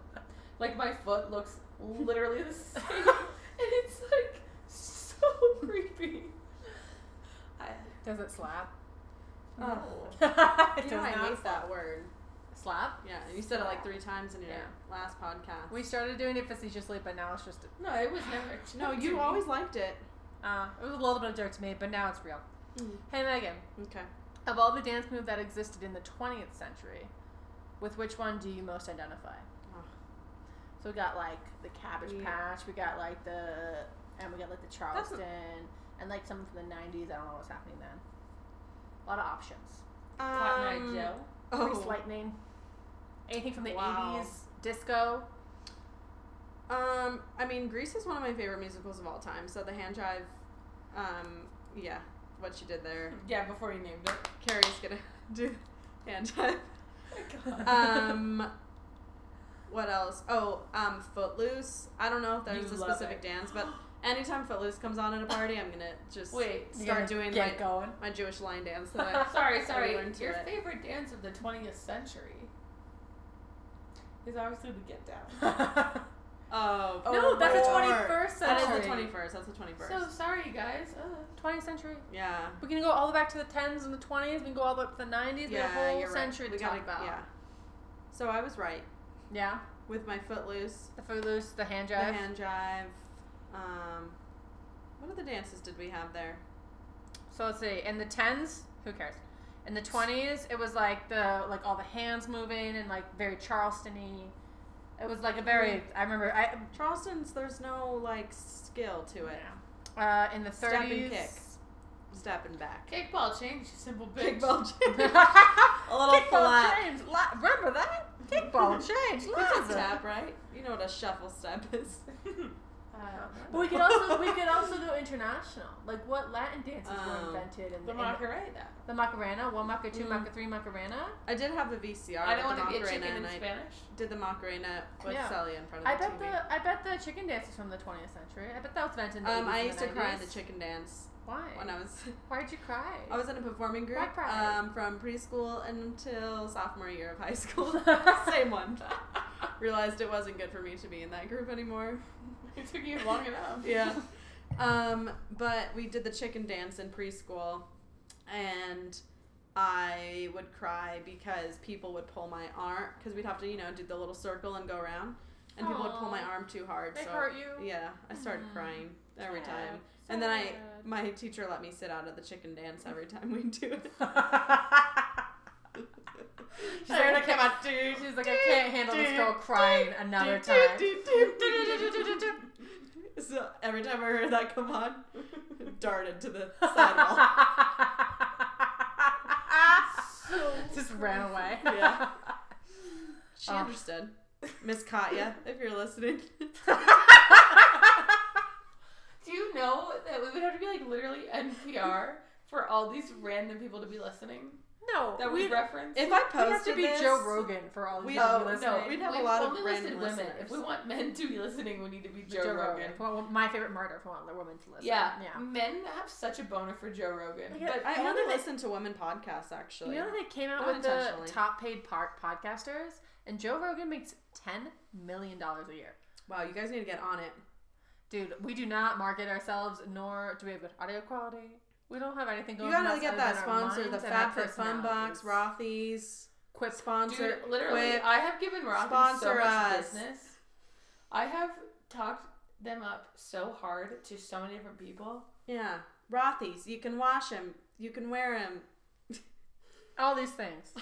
B: Like my foot looks literally the same, and it's like so creepy. I, oh.
C: Does it slap?
B: no.
C: it
D: You know, I
C: does not
D: hate that word.
C: slap.
D: Yeah, and you said it like three times in your
C: Yeah.
D: last podcast.
C: We started doing it facetiously, but now it's just
B: No, it was never.
D: no,
B: to me.
D: you always liked it.
C: uh, it was a little bit of dirt to me, but now it's real.
D: Mhm.
C: Hey Megan,
D: Okay.
C: of all the dance moves that existed in the 20th century, with which one do you most identify?
D: Ugh.
C: So we got like the Cabbage
D: Yeah.
C: Patch, we got like the, and we got like the
D: a-
C: Charleston, and like something from the 90s. I don't know what's happening then. A lot of options.
B: Cotton Eye
D: Um,
B: Joe.
C: Grease
D: Oh.
C: Lightning. Anything from the
D: Wow.
C: 80s, disco.
D: Um, I mean, Grease is one of my favorite musicals of all time. So the hand jive, um, yeah, what she did there.
B: Yeah, before you named it.
D: Carrie's gonna do hand jive.
B: God.
D: Um, what else? Oh, um, Footloose. I don't know if there's
B: You
D: a
B: love
D: specific
B: it.
D: dance, but anytime Footloose comes on at a party, I'm gonna just
B: Wait,
D: start doing
C: get
D: my,
C: going.
D: my Jewish line dance that I
B: sorry, sorry.
D: Everyone to
B: Your
D: it.
B: favorite dance of the 20th century is obviously the Get Down.
D: Oh,
C: no, that's the
D: Lord.
C: 21st
D: That is
C: century.
D: the twenty first. That's the twenty first.
B: So sorry, guys. Uh,
C: 20th century.
D: yeah.
C: We can go all the way back to the 10s and the 20s. We can go all the way up to the 90s. We have a whole century to talk about.
D: Yeah. So I was right
C: Yeah.
D: with my footloose,
C: The Footloose, the hand
D: the
C: drive.
D: hand drive. Um, what other dances did we have there?
C: So let's see. In the 10s, who cares? In the 20s, it was like the like all the hands moving and like very Charleston-y. It was like a very I remember I
D: Charleston's. There's no like skill to it.
C: uh, in the 30s.
D: Step and kick. Step and back.
B: kickball change, you simple bitch.
D: Kickball change. A little
C: Kickball
D: flat.
C: change. La- remember that? Kickball change.
D: It's a
C: Liza.
D: step, right? You know what a shuffle step is.
C: But
B: Um,
C: we could also we could also go international. Like what Latin dances
D: Um,
C: were invented in
B: the
C: in
B: Macarena.
C: the Macarena, one Maca, two
D: Mm.
C: Maca, three Macarena.
D: I did have a VCR.
B: I don't
D: with
B: want
D: the
B: to be a
D: Macarena,
B: chicken in
D: and I
B: Spanish.
D: did the Macarena with
C: Yeah.
D: Celia in front of
C: I
D: the
C: bet
D: TV.
C: the I bet the chicken dance is from the 20th century. I bet that was invented in the
D: um,
C: 80s
D: I
C: and
D: used to cry in
C: 90s.
D: the chicken dance
C: Why?
D: when I was
C: Why'd you cry?
D: I was in a performing
C: Why
D: group
C: cry?
D: um, from preschool until sophomore year of high school. Same one. Realized it wasn't good for me to be in that group anymore.
B: It took you long enough.
D: Yeah. Um, but we did the chicken dance in preschool, and I would cry because people would pull my arm because we'd have to you know do the little circle and go around, and people would pull my
C: Aw.
D: arm too hard.
C: They
D: so
C: hurt you.
D: yeah, I started
C: Mm.
D: crying every
C: Sad.
D: time. And then I,
C: Sad.
D: my teacher let me sit out at the chicken dance every time we do it.
C: She's like, I can't,
D: out, dude.
C: she's like, I can't handle this girl crying another time.
D: So every time I heard that come on, darted to the sidewalk.
C: Just ran away.
D: Yeah. She
C: Oh.
D: understood. Miss Katya, if you're listening.
B: Do you know that we would have to be like literally NPR for all these random people to be listening?
C: No,
B: That we
C: we
B: reference.
D: If I
C: we have
D: posted
C: to be
D: this,
C: Joe Rogan for all
D: we-
C: these
D: Oh,
C: people
D: no,
C: listening.
B: no,
D: we'd have a lot of
B: only listed
D: random
B: women.
D: listeners.
B: If we want men to be listening, we need to be
C: The
B: Joe, Rogan.
C: If we want- my favorite murder. If we want the woman to listen,
B: Yeah,
C: yeah.
B: men have such a boner for Joe Rogan.
C: Yeah.
B: But
D: I
C: You know
D: only
C: that-
D: listen to women podcasts actually.
C: You know that they came out
D: Not
C: with the
D: intentionally.
C: top paid par- podcasters, and Joe Rogan makes ten million dollars a year.
D: wow, you guys need to get on it.
C: Dude, we do not market ourselves, nor do we have good audio quality. We don't have anything
D: You
C: going. on
D: gotta
C: us
D: get
C: other
D: that
C: than our
D: sponsor, the
C: minds and our
D: FabFitFun box,
C: personalities.
D: Rothy's,
C: Quip.
D: sponsor.
B: Dude, literally,
D: Quip.
B: I have given Rocky so
D: Sponsor
B: much
D: us.
B: business. I have talked them up so hard to so many different people.
D: Yeah, Rothy's. You can wash them. You can wear them.
C: All these things.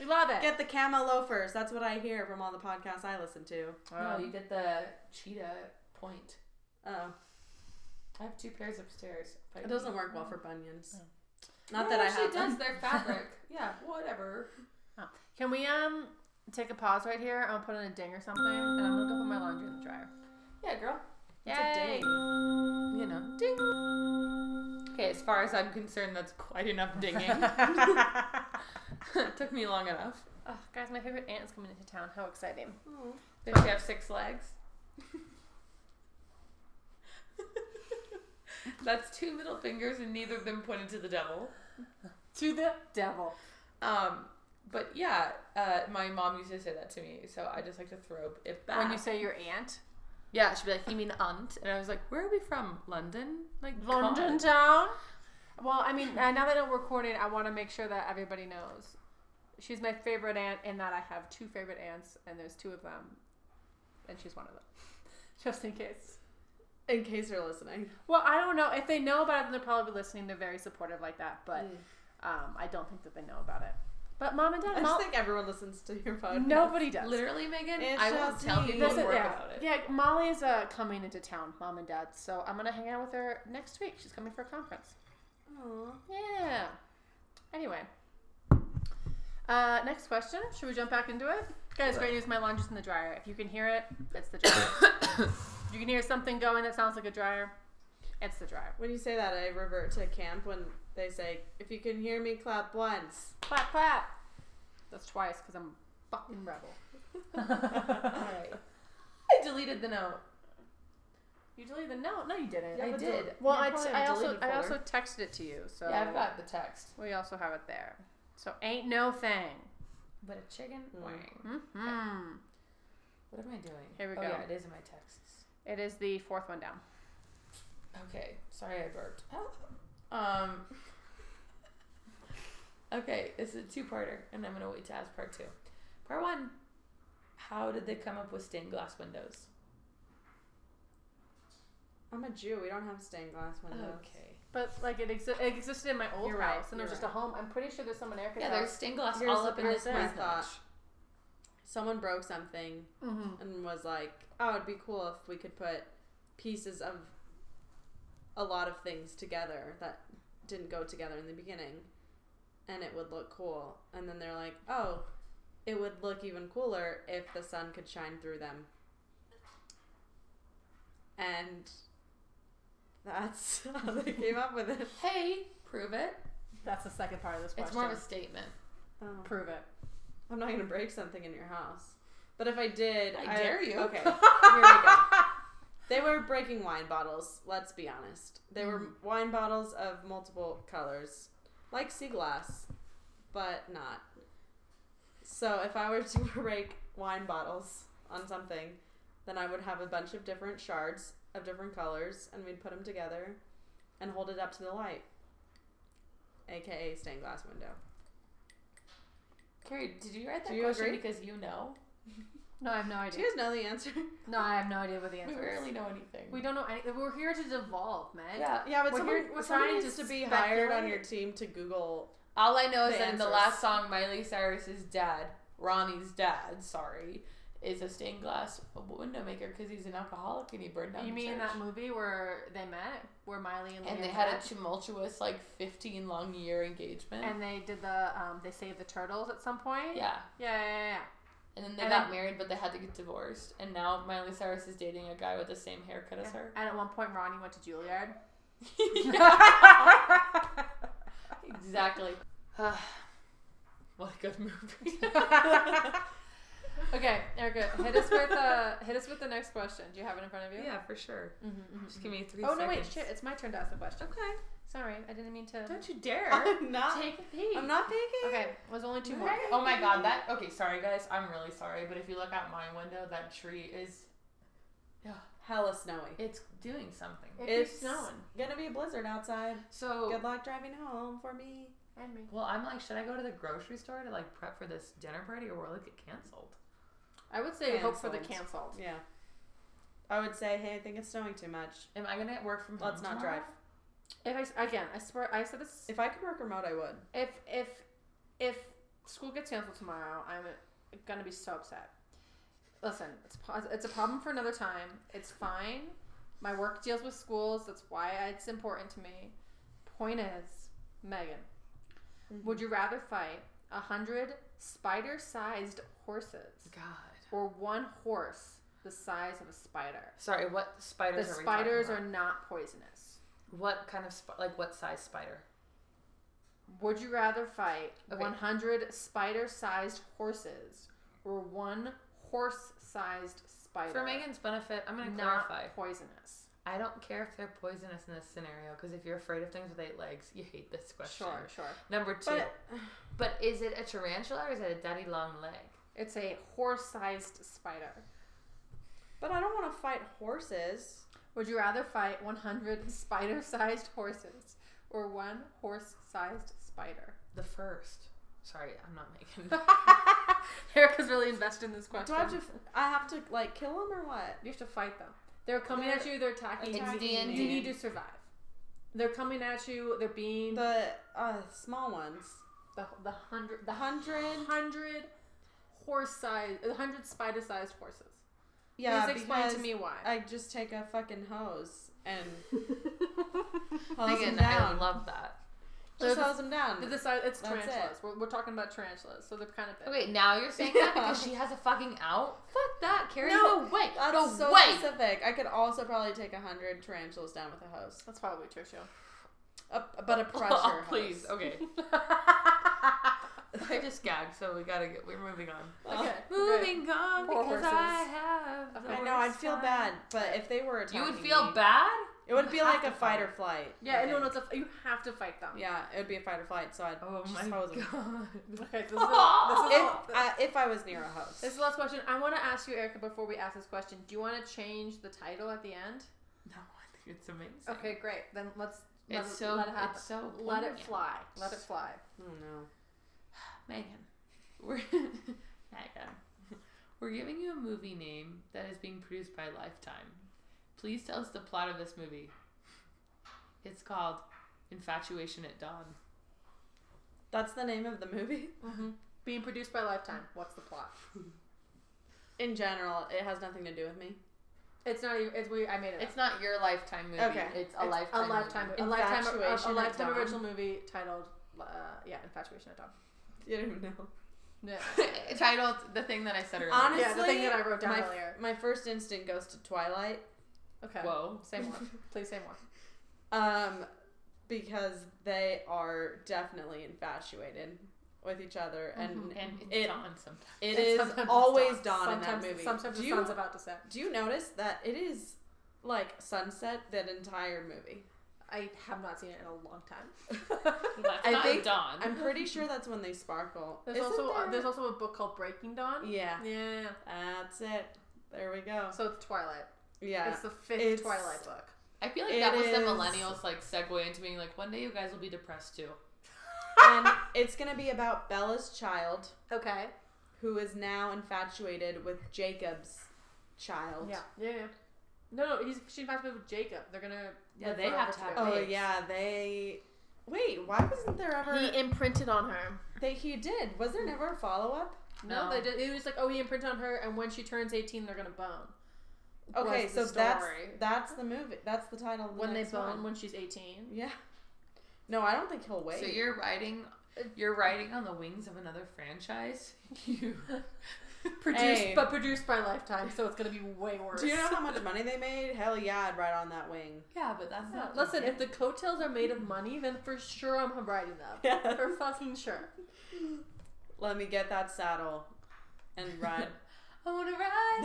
C: We love it.
D: Get the camo loafers. That's what I hear from all the podcasts I listen to.
B: No, you get the cheetah point.
D: Oh,
B: I have two pairs upstairs.
D: it doesn't work well for bunions.
C: Oh.
D: Not that I
B: actually
D: have.
B: does. They're
D: Them.
B: fabric. yeah, whatever.
C: Can we um take a pause right here? I'll put in a ding or something, and I'm gonna go put my laundry in the dryer.
B: Yeah, girl.
D: It's a
C: Yay!
D: ding.
C: You know, ding.
B: Okay, as far as I'm concerned, that's quite enough dinging. Took me long enough.
C: oh, guys, my favorite aunt is coming into town. How exciting!
D: Oh.
B: Does she have six legs? That's two middle fingers, and neither of them pointed to the devil.
C: To the devil.
B: Um, but yeah, uh, my mom used to say that to me, so I just like to throw it back.
C: When you say your aunt,
B: yeah, she'd be like, "You mean aunt?" And I was like, "Where are we from? London? Like
C: London
B: God.
C: town. Well, I mean, uh, now that I'm recording, I want to make sure that everybody knows. She's my favorite aunt, and that I have two favorite aunts, and there's two of them, and she's one of them. Just in case.
D: In case you're listening.
C: Well, I don't know if they know about it. Then they're probably listening. They're very supportive like that, but
B: Mm.
C: um, I don't think that they know about it. But mom and
D: I
C: dad,
D: just
C: mom,
D: think everyone listens to your podcast.
C: nobody does.
B: Literally, Megan,
D: It's
B: I won't
D: just
B: tell
D: me.
B: you
C: That's
B: one
C: it,
B: word
C: yeah.
B: about it.
C: Yeah, Molly is uh, coming into town, mom and dad. So I'm gonna hang out with her next week. She's coming for a conference.
D: Aw.
C: Yeah. Anyway. Uh, next question. Should we jump back into it? Guys, great news. My laundry's in the dryer. If you can hear it, it's the dryer. If you can hear something going that sounds like a dryer, it's the dryer.
D: When you say that, I revert to camp when they say, "If you can hear me, clap once."
C: Clap, clap. That's twice because I'm a fucking rebel.
B: Alright. I deleted the note.
C: You deleted the note? No, you didn't.
B: I
D: but
B: did.
D: del-
C: well,
D: you
C: I,
D: probably
C: t-
D: have
C: I
D: a
C: also
D: deleted
C: I
D: folder.
C: also texted it to you, so
B: Yeah, I've got the text.
C: we also have it there. So ain't no thing.
B: But a chicken
D: Mm.
B: wang.
C: hmm
D: Mm-hmm.
B: What am I doing?
C: Here we
B: oh,
C: go.
B: Yeah, it is in my texts.
C: It is the fourth one down.
B: Okay. Sorry, I burped. Oh. Um. okay, it's a two-parter, and I'm gonna wait to ask part two. Part one. How did they come up with stained glass windows?
D: I'm a Jew. We don't have stained glass windows.
B: Okay.
C: But like it, exi- it existed in my old
D: You're right,
C: house, and there was
D: you're
C: just a home. I'm pretty sure there's someone there. 'cause
B: Yeah,
C: I-
B: there's stained glass
D: Here's
B: all
D: the-
B: up in this
D: here's my
B: mess.
D: thought. Someone broke something
C: Mhm.
D: and was like, "Oh, it'd be cool if we could put pieces of a lot of things together that didn't go together in the beginning, and it would look cool." And then they're like, "Oh, it would look even cooler if the sun could shine through them." And that's how they came up with it.
B: Hey, prove it.
C: That's the second part of this question.
B: It's more of a statement.
D: Oh.
C: prove it.
D: I'm not gonna break something in your house. But if I did,
B: I dare you.
D: Okay, here we go. They were breaking wine bottles. Let's be honest. They were
C: Mm-hmm.
D: wine bottles of multiple colors, like sea glass, but not. So if I were to break wine bottles on something, then I would have a bunch of different shards of different colors, and we'd put them together, and hold it up to the light. AKA stained glass window.
B: Carrie, did you write that
D: Do you
B: question
D: agree?
B: because you know?
C: No, I have no
D: Do
C: idea.
D: you guys know the answer?
C: No, I have no idea what the
B: We
C: answer
B: rarely
C: is.
B: know anything.
C: We don't know. Any- we're here to devolve, man.
B: Yeah.
D: Yeah, but
C: Well,
D: someone,
C: you're- we're
D: someone
C: trying
D: needs
C: to
D: to be hired on
C: speculate.
D: your team to Google.
B: All I know is
D: The
B: that in the
D: answers.
B: last song, Miley Cyrus's dad, Ronnie's dad, sorry, is a stained glass window maker because he's an alcoholic and he burned down.
C: You
B: the
C: mean
B: church.
C: that movie where they met, where Miley and
B: And
C: Liam
B: they had a
C: met?
B: tumultuous, like, fifteen long year engagement.
C: and they did the um, they saved the turtles at some point.
B: yeah.
C: yeah, yeah, yeah. yeah.
B: And then they
C: And
B: got
C: then-
B: married, but they had to get divorced. And now Miley Cyrus is dating a guy with the same haircut as her.
C: And at one point, Ronnie went to Juilliard.
B: exactly. what a good movie.
C: Okay, Erica, hit us with uh, hit us with the next question. Do you have it in front of you?
B: yeah, for sure.
C: Mm-hmm,
B: Just give me three
C: Oh
B: seconds.
C: no, wait, shit! It's my turn to ask the question.
D: Okay.
C: Sorry, I didn't mean to.
B: Don't you dare.
D: I'm not.
B: Take a peek.
D: I'm not picking.
C: Okay, it was only two more.
D: Right.
B: Oh my god, that okay, sorry guys, I'm really sorry, but if you look out my window, that tree is
D: Hella snowy.
B: it's doing something.
C: It
D: It's
C: keeps snowing.
D: Gonna be a blizzard outside.
B: So
D: Good luck driving home for me.
C: And me.
B: well, I'm like, should I go to the grocery store to like prep for this dinner party or will it get canceled?
C: I would say hope for the canceled.
D: Cancelled. Yeah. I would say, hey, I think it's snowing too much.
B: Am I gonna work from home?
D: Let's not
B: tomorrow?
D: drive.
C: If I s- again, I swear, I said this.
D: If I could work remote, I would.
C: If if if school gets canceled tomorrow, I'm gonna be so upset. Listen, it's pos- it's a problem for another time. It's fine. My work deals with schools. That's why it's important to me. Point is, Megan,
D: Mm-hmm.
C: would you rather fight a hundred spider-sized horses
B: God.
C: or one horse the size of a spider?
B: Sorry, what
C: The
B: spiders are we talking
C: spiders
B: about?
C: are not poisonous.
B: What kind of sp- like what size spider?
C: Would you rather fight
B: Okay.
C: 100 spider sized horses or one horse sized spider?
B: For Megan's benefit, I'm going to
C: not
B: clarify.
C: poisonous.
B: I don't care if they're poisonous in this scenario because if you're afraid of things with eight legs, you hate this question.
C: Sure, sure.
B: Number two,
D: But
B: but is it a tarantula or is it a daddy long leg?
C: It's a horse sized spider.
D: but I don't want to fight horses.
C: Would you rather fight 100 spider sized horses or one horse sized spider?
B: The first. Sorry, I'm not making.
C: Erica's really invested in this question.
D: Do I have to? I have to like kill him or what?
C: You have to fight them. They're coming at you, they're attacking
B: It's
C: you.
B: D&D.
C: You need to survive. They're coming at you, they're being the,
D: The uh, small ones.
C: the, hundred the
D: The hundred.
C: hundred horse size, hundred spider sized horses.
D: Yeah,
C: Please explain to
D: because
C: me why.
D: I just take a fucking hose and hose him
B: Megan, I
D: down.
B: love that.
C: So
D: just
C: the-
D: hose him down.
C: The size, it's
D: That's it.
C: tarantulas. We're, we're talking about tarantulas, so they're kind of big.
B: Okay, now you're saying that because she has a fucking out. Fuck that, Carrie.
D: No,
B: No, way.
D: That's
B: no
D: so
B: way.
D: specific. I could also probably take a hundred tarantulas down with a hose,
C: That's probably true, too.
D: a, but a pressure
B: Oh,
D: hose.
B: please. Okay. I just gagged, so we gotta get. We're moving on.
D: Oh.
C: Okay,
B: Moving on
D: Poor
B: because
D: horses.
B: I have. the
D: I know. I'd
B: worst
D: feel
B: time.
D: bad, but if they were
B: You
D: attacking
B: would feel
D: me,
B: bad.
D: It would be
B: You have
D: like a
B: to
D: fight
B: fight.
D: or flight. I
C: Yeah, and no,
D: think.
C: no, it's a, you have to fight them.
D: Yeah, it would be a fight or flight. So I'd
B: Oh
D: just
B: my
D: hose
B: god.
D: him.
C: Okay, this is,
B: Oh.
C: this, is,
D: If I, if I was near a hose,
C: this is the last question. I want to ask you, Erica, before we ask this question. Do you want to change the title at the end?
B: No, I think it's amazing.
C: Okay, great. Then let's let,
B: It's
C: it-
B: so.
C: let it happen.
B: It's so.
C: let it
B: poignant.
C: fly. Let it fly.
D: oh no.
B: Megan, we're Megan. We're giving you a movie name that is being produced by Lifetime. Please tell us the plot of this movie. It's called Infatuation at Dawn.
D: That's the name of the movie.
C: Being produced by Lifetime. What's the plot?
D: In general, it has nothing to do with me.
C: It's not even. It's we. I made it. up.
B: It's not your Lifetime movie.
D: Okay.
B: It's a
D: It's a
C: a
B: Lifetime.
C: lifetime,
B: Movie.
C: a lifetime, a, a
D: Infatuation at
C: lifetime
D: Dawn.
C: original movie titled, uh, yeah, Infatuation at Dawn.
D: You don't even know.
C: Yeah,
B: Titled the thing that I said earlier.
D: Honestly,
C: yeah, the thing that I wrote down
D: my,
C: earlier.
D: my first instinct goes to Twilight.
C: Okay,
B: Whoa.
C: say more, please say more.
D: Um, because they are definitely infatuated with each other, and
B: And it's
D: It-
B: Dawn sometimes.
D: it
C: Mm-hmm.
D: is
C: Sometimes it's
D: always dawn, in that
C: Sometimes-
D: movie.
C: Sometimes
D: do
C: the
D: you
C: sun's about to set.
D: do you notice that it is like sunset that entire movie?
C: I have not seen it in a long time.
B: That's
D: I
B: not
D: think-
B: Dawn.
D: I'm pretty sure that's when they sparkle.
C: Ah. There's
D: Isn't
C: also uh,
D: there-
C: there's also a book called Breaking Dawn.
D: yeah,
C: Yeah,
D: that's it. There we go.
C: so it's Twilight.
D: Yeah,
C: It's the fifth
D: It's-
C: Twilight book.
B: I feel like
D: It
B: that was the
D: is-
B: millennials like segue into being like, one day you guys will be depressed too.
D: and it's gonna be about Bella's child
C: Okay.
D: who is now infatuated with Jacob's child.
C: Yeah. Yeah. yeah. No, no, he's she's about to move with Jacob. They're gonna.
B: Yeah,
C: live
B: they have
C: forever
B: to have
C: together.
D: Oh
B: Babes.
D: yeah, they. Wait, why wasn't there ever?
C: He imprinted on her.
D: They he did. Was there never a follow up?
C: No,
B: No.
C: they did. It was like, oh, he imprinted on her, and when she turns eighteen, they're gonna bone.
D: Okay,
C: Was
D: so
C: the
D: that's
C: story.
D: that's the movie. That's the title. Of the
C: when they
D: next
C: bone
D: one.
C: when she's eighteen.
D: Yeah. No, I don't think he'll wait.
B: So you're riding, you're riding on the wings of another franchise. You
C: Produced,
D: Hey.
C: but produced by Lifetime, so it's gonna be way worse.
D: Do you know how much money they made? Hell yeah, I'd ride on that wing.
B: yeah, but that's
C: Yeah,
B: not.
C: Listen, if the coattails are made of money, then for sure I'm riding them.
D: Yeah.
C: For fucking sure.
D: Let me get that saddle and ride.
B: I want to ride that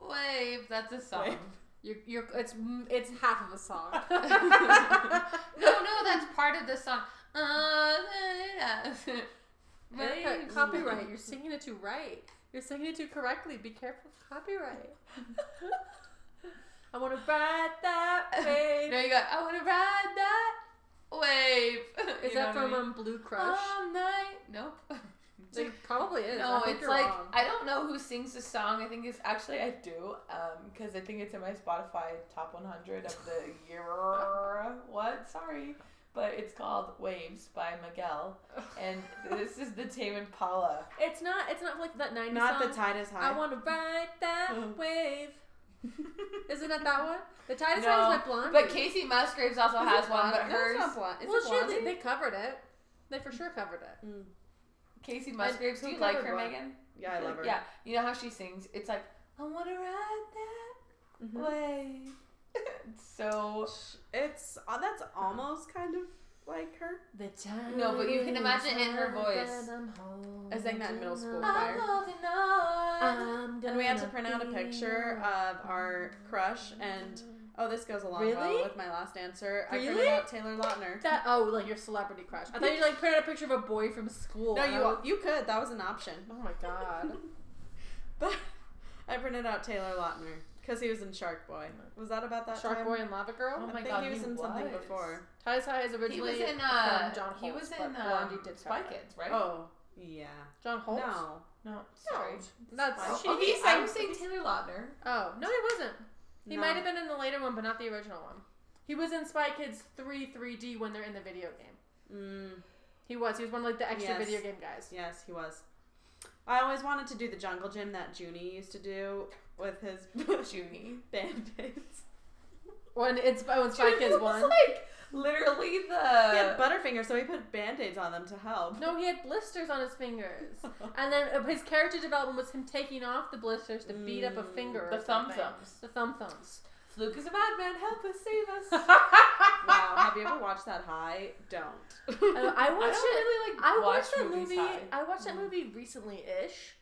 D: That-
B: wave. That's a song.
D: Wave.
C: You're, you're, it's it's half of a song.
B: No, no, that's part of the song. Uh, yeah.
C: Erica,
B: Waves.
C: copyright. You're singing it too right. You're singing it too correctly. Be careful of copyright. I want to ride that
B: No,
C: wave.
B: you got. I want to ride that wave.
C: Is
B: You
C: that
B: know what I
C: from
B: mean?
C: um, Blue Crush?
B: All night. Nope.
C: it probably is. I
B: No,
C: think
B: it's
C: you're
B: like
C: wrong.
B: I don't know who sings the song. I think it's actually I do, um, because I think it's in my Spotify top 100 of the year. what? Sorry, but it's called Waves by Miguel, and this is the Tame Impala.
C: It's not. It's not like that '90s
D: Not
C: song.
D: the tide is high.
C: I want to ride that
D: Oh.
C: wave. Isn't that that one? The tide is
B: No,
C: high is by Blondie.
B: But Casey Musgraves also
D: Is it
B: has one, but
D: blonde? No,
B: hers.
D: it's not blonde. Is
C: well,
D: it
C: sure, they,
D: blondie?
C: they covered it. They for sure covered it.
D: Mm.
B: Casey Musgraves, do
C: who
B: you like
C: covered
B: her,
C: what?
B: Megan?
D: Yeah, I love her.
B: Yeah, you know how she sings? It's like, I want to ride that
D: Mhm.
B: wave. It's so.
D: It's uh, that's almost kind of like her.
C: The tide.
B: No, but you can imagine it in her voice.
D: I sang that in middle school with
B: I'm
D: Fire.
B: holding on.
D: And we had to print out a picture of our crush and oh this goes along well
C: Really?
D: with my last answer. I
C: Really?
D: printed out Taylor Lautner.
C: That oh, like your celebrity crush. I thought you like printed out a picture of a boy from school.
D: No,
C: and I
D: you
C: was-
D: you could. That was an option.
C: Oh my god.
D: But I printed out Taylor Lautner because he was in Shark Boy. Was that about that
C: Shark
D: time?
C: Boy and Lava Girl.
B: Oh
D: I
B: my
D: think
B: God,
D: he was
B: he
D: in something
B: was.
D: before.
C: Ty Ty is
B: He
C: originally
B: was in. Uh,
C: from John Holtz,
B: he was
C: but
B: in. Um,
C: Blondie did
B: Spy
C: cover it.
B: Kids, right?
D: Oh yeah.
C: John Holtz.
D: No.
B: no, sorry.
C: That's
B: Oh,
C: he
B: he
C: sang-
B: I'm saying Taylor Lautner.
C: Oh no, he wasn't. He
D: No.
C: might have been in the later one, but not the original one. He was in Spy Kids three three D when they're in the video game.
D: Mm,
C: He was. He was one of like the extra
D: Yes.
C: video game guys.
D: yes, he was. I always wanted to do the jungle gym that Junie used to do with his
B: Junie.
D: band-aids.
C: When it's when Spy Kids one.
B: like literally
D: he
C: Uh,
D: had
B: the.
D: Butterfinger, so he put band-aids on them to help.
C: No, he had blisters on his fingers. And then uh, his character development was him taking off the blisters to beat up a
D: Mm,
C: finger. or
B: The thumb
C: something.
B: thumbs.
C: The thumb thumbs.
B: Fluke is a madman. Help us, save us.
D: wow, have you ever watched that high? Don't.
C: I, don't- I watched
B: don't
C: it.
B: really like.
C: I
B: watch
C: watched that
B: movies
C: movie.
B: high.
C: I watched
D: Mm-hmm.
C: that movie recently ish.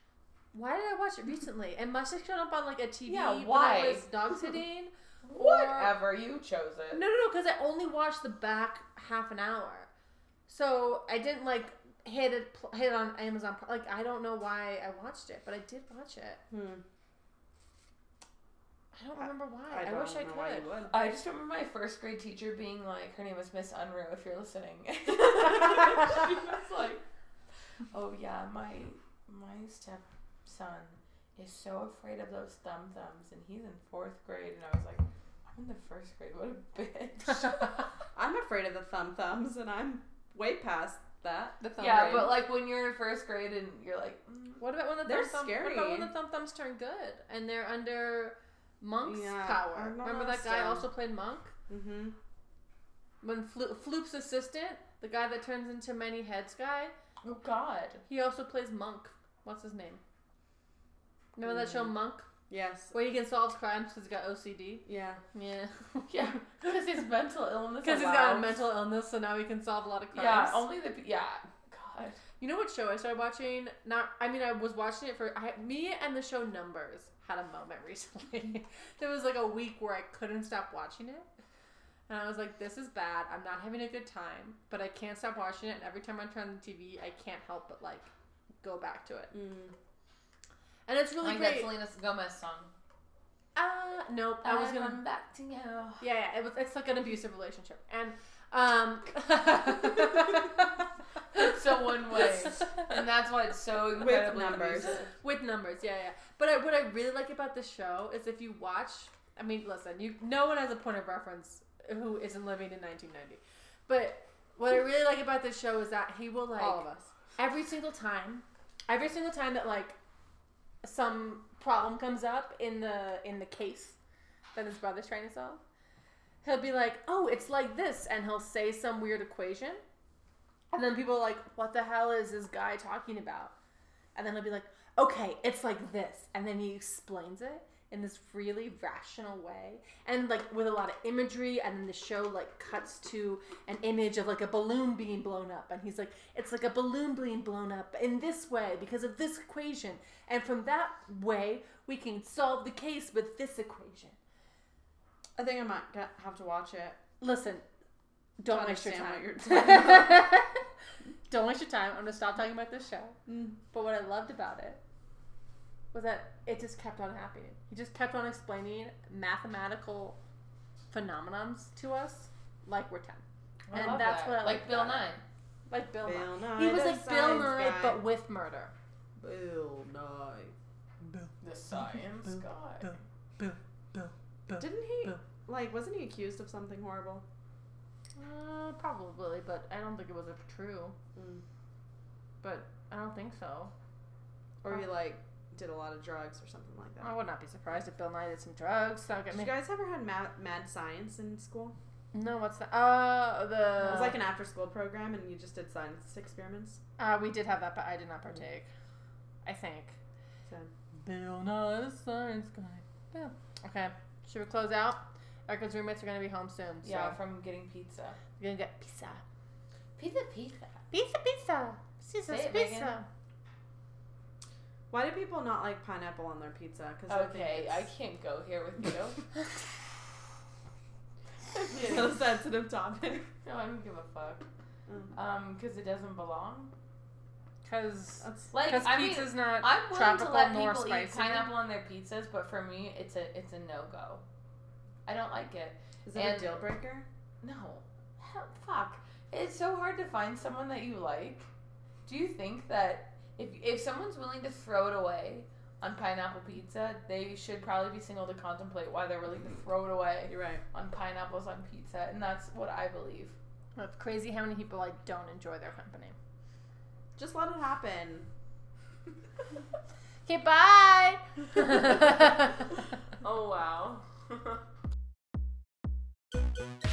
C: Why did I watch it recently? It must have shown up on like a TV
B: Yeah,
C: when
B: why?
C: I was dog sitting.
B: Whatever you chose it.
C: No, no, no, because I only watched the back half an hour, so I didn't like hit it pl- hit it on Amazon. Pri- Like I don't know why I watched it, but I did watch it.
D: Hmm.
C: I don't
D: I-
C: remember why. I,
D: don't
C: wish I
D: know why you
C: could.
D: would.
B: I just remember my first grade teacher being like, her name was Miss Unruh, if you're listening. she was like, oh yeah, my my stepson is so afraid of those thumb thumbs, and he's in fourth grade, and I was like, I'm in the first grade. What a bitch.
D: I'm afraid of the thumb thumbs, and I'm way past that. The thumb
B: yeah,
D: grade.
B: but like when you're in first grade and you're like, mm,
C: What about when the
D: They're
C: thumb thumb, What about when
D: scary.
C: the thumb thumbs turn good and they're under monk's
D: Yeah, I
C: power?
D: don't
C: Remember that guy
D: understand.
C: also played monk
D: Mm-hmm.
C: when Flo- Floop's assistant, the guy that turns into many heads guy,
B: oh god.
C: he also plays monk. What's his name? Remember that show Monk,
D: Yes.
C: where he can solve crimes because he's got OCD.
D: Yeah.
C: Yeah,
B: Yeah, because his mental illness.
C: because he's
B: allows-
C: got a mental illness, so now he can solve a lot of crimes.
B: Yeah, only the pe- yeah. God.
C: You know what show I started watching? Not, I mean, I was watching it for I, me and the show Numbers had a moment recently. there was like a week where I couldn't stop watching it, and I was like, "This is bad. I'm not having a good time, but I can't stop watching it. And every time I turn on the TV, I can't help but like go back to it.
D: Mm.
C: And it's
B: I
C: really
B: like that
C: great.
B: Selena Gomez song.
C: Ah, nope. I was gonna.
B: come back to you.
C: Yeah, yeah, it was. It's like an abusive relationship, and um.
B: so one way, and that's why it's so incredibly
D: numbers.
B: abusive.
C: With numbers, yeah, yeah. But I, what I really like about this show is if you watch, I mean, listen, you no one has a point of reference who isn't living in 1990. But what I really like about this show is that he will like
D: All of us.
C: every single time, every single time that like some problem comes up in the in the case that his brother's trying to solve, he'll be like, "Oh, it's like this," and he'll say some weird equation, and then people are like, "What the hell is this guy talking about?" And then he'll be like, "Okay, it's like this," and then he explains it in this really rational way and like with a lot of imagery and then the show like cuts to an image of like a balloon being blown up and he's like it's like a balloon being blown up in this way because of this equation and from that way we can solve the case with this equation
D: I think I might g- have to watch it.
C: listen don't
D: To
C: waste your
D: understand
C: time
D: what you're talking
C: don't waste your time i'm gonna stop talking about this show
D: Mm.
C: but what i loved about it was that it just kept on happening he just kept on explaining mathematical phenomenons to us like we're 10
B: I
C: And
B: love
C: that's
B: that.
C: what I
B: like.
C: like
B: Bill
C: about
B: Nye.
C: like bill, Nye.
D: Bill Nye.
C: he was
D: the
C: like bill
D: Science
C: murray
D: Guy.
C: but with murder
D: Bill Nye.
B: The science guy.
D: Didn't he? Like, wasn't he accused of something horrible?
C: Uh, probably, but I don't think it was a true.
D: Mm.
C: But I don't think so.
D: Or
C: Oh.
D: he like did a lot of drugs or something like that.
C: I would not be surprised if Bill Nye did some drugs. Don't get
D: Did
C: Oh, me.
D: you guys ever had mad, mad science in school?
C: No, what's that? Uh, the.
D: it was like an after school program, and you just did science experiments.
C: Uh, we did have that, but I did not partake. I think.
D: So
C: Bill Nye the Science Guy. Bill. Okay, should we close out? Erica's roommates are gonna be home soon. So
B: Yeah, from getting pizza.
C: we're gonna get pizza.
B: Pizza, pizza.
C: Pizza, pizza. Caesar's
B: Say it,
C: pizza.
B: Megan.
D: why do people not like pineapple on their pizza? Because
B: Okay, I can't go here with you.
D: it's so sensitive topic.
B: No, I don't give a fuck.
D: Mm.
B: Um, because it doesn't belong.
C: Cause,
D: That's
B: Like,
C: cause
B: I mean,
C: pizza's not.
B: I'm willing to
C: tropical
B: let
C: nor
B: people eat
C: spicy.
B: pineapple on their pizzas, but for me, it's a it's a no go. I don't like it.
D: is it a
B: And-
D: deal breaker?
B: No, Hell, fuck. It's so hard to find someone that you like. Do you think that if if someone's willing to throw it away on pineapple pizza, they should probably be single to contemplate why they're willing to throw it away
D: You're right.
B: on pineapples on pizza, and that's what I believe.
C: It's crazy how many people like don't enjoy their company.
D: Just let it happen.
C: Okay, bye.
B: Oh wow.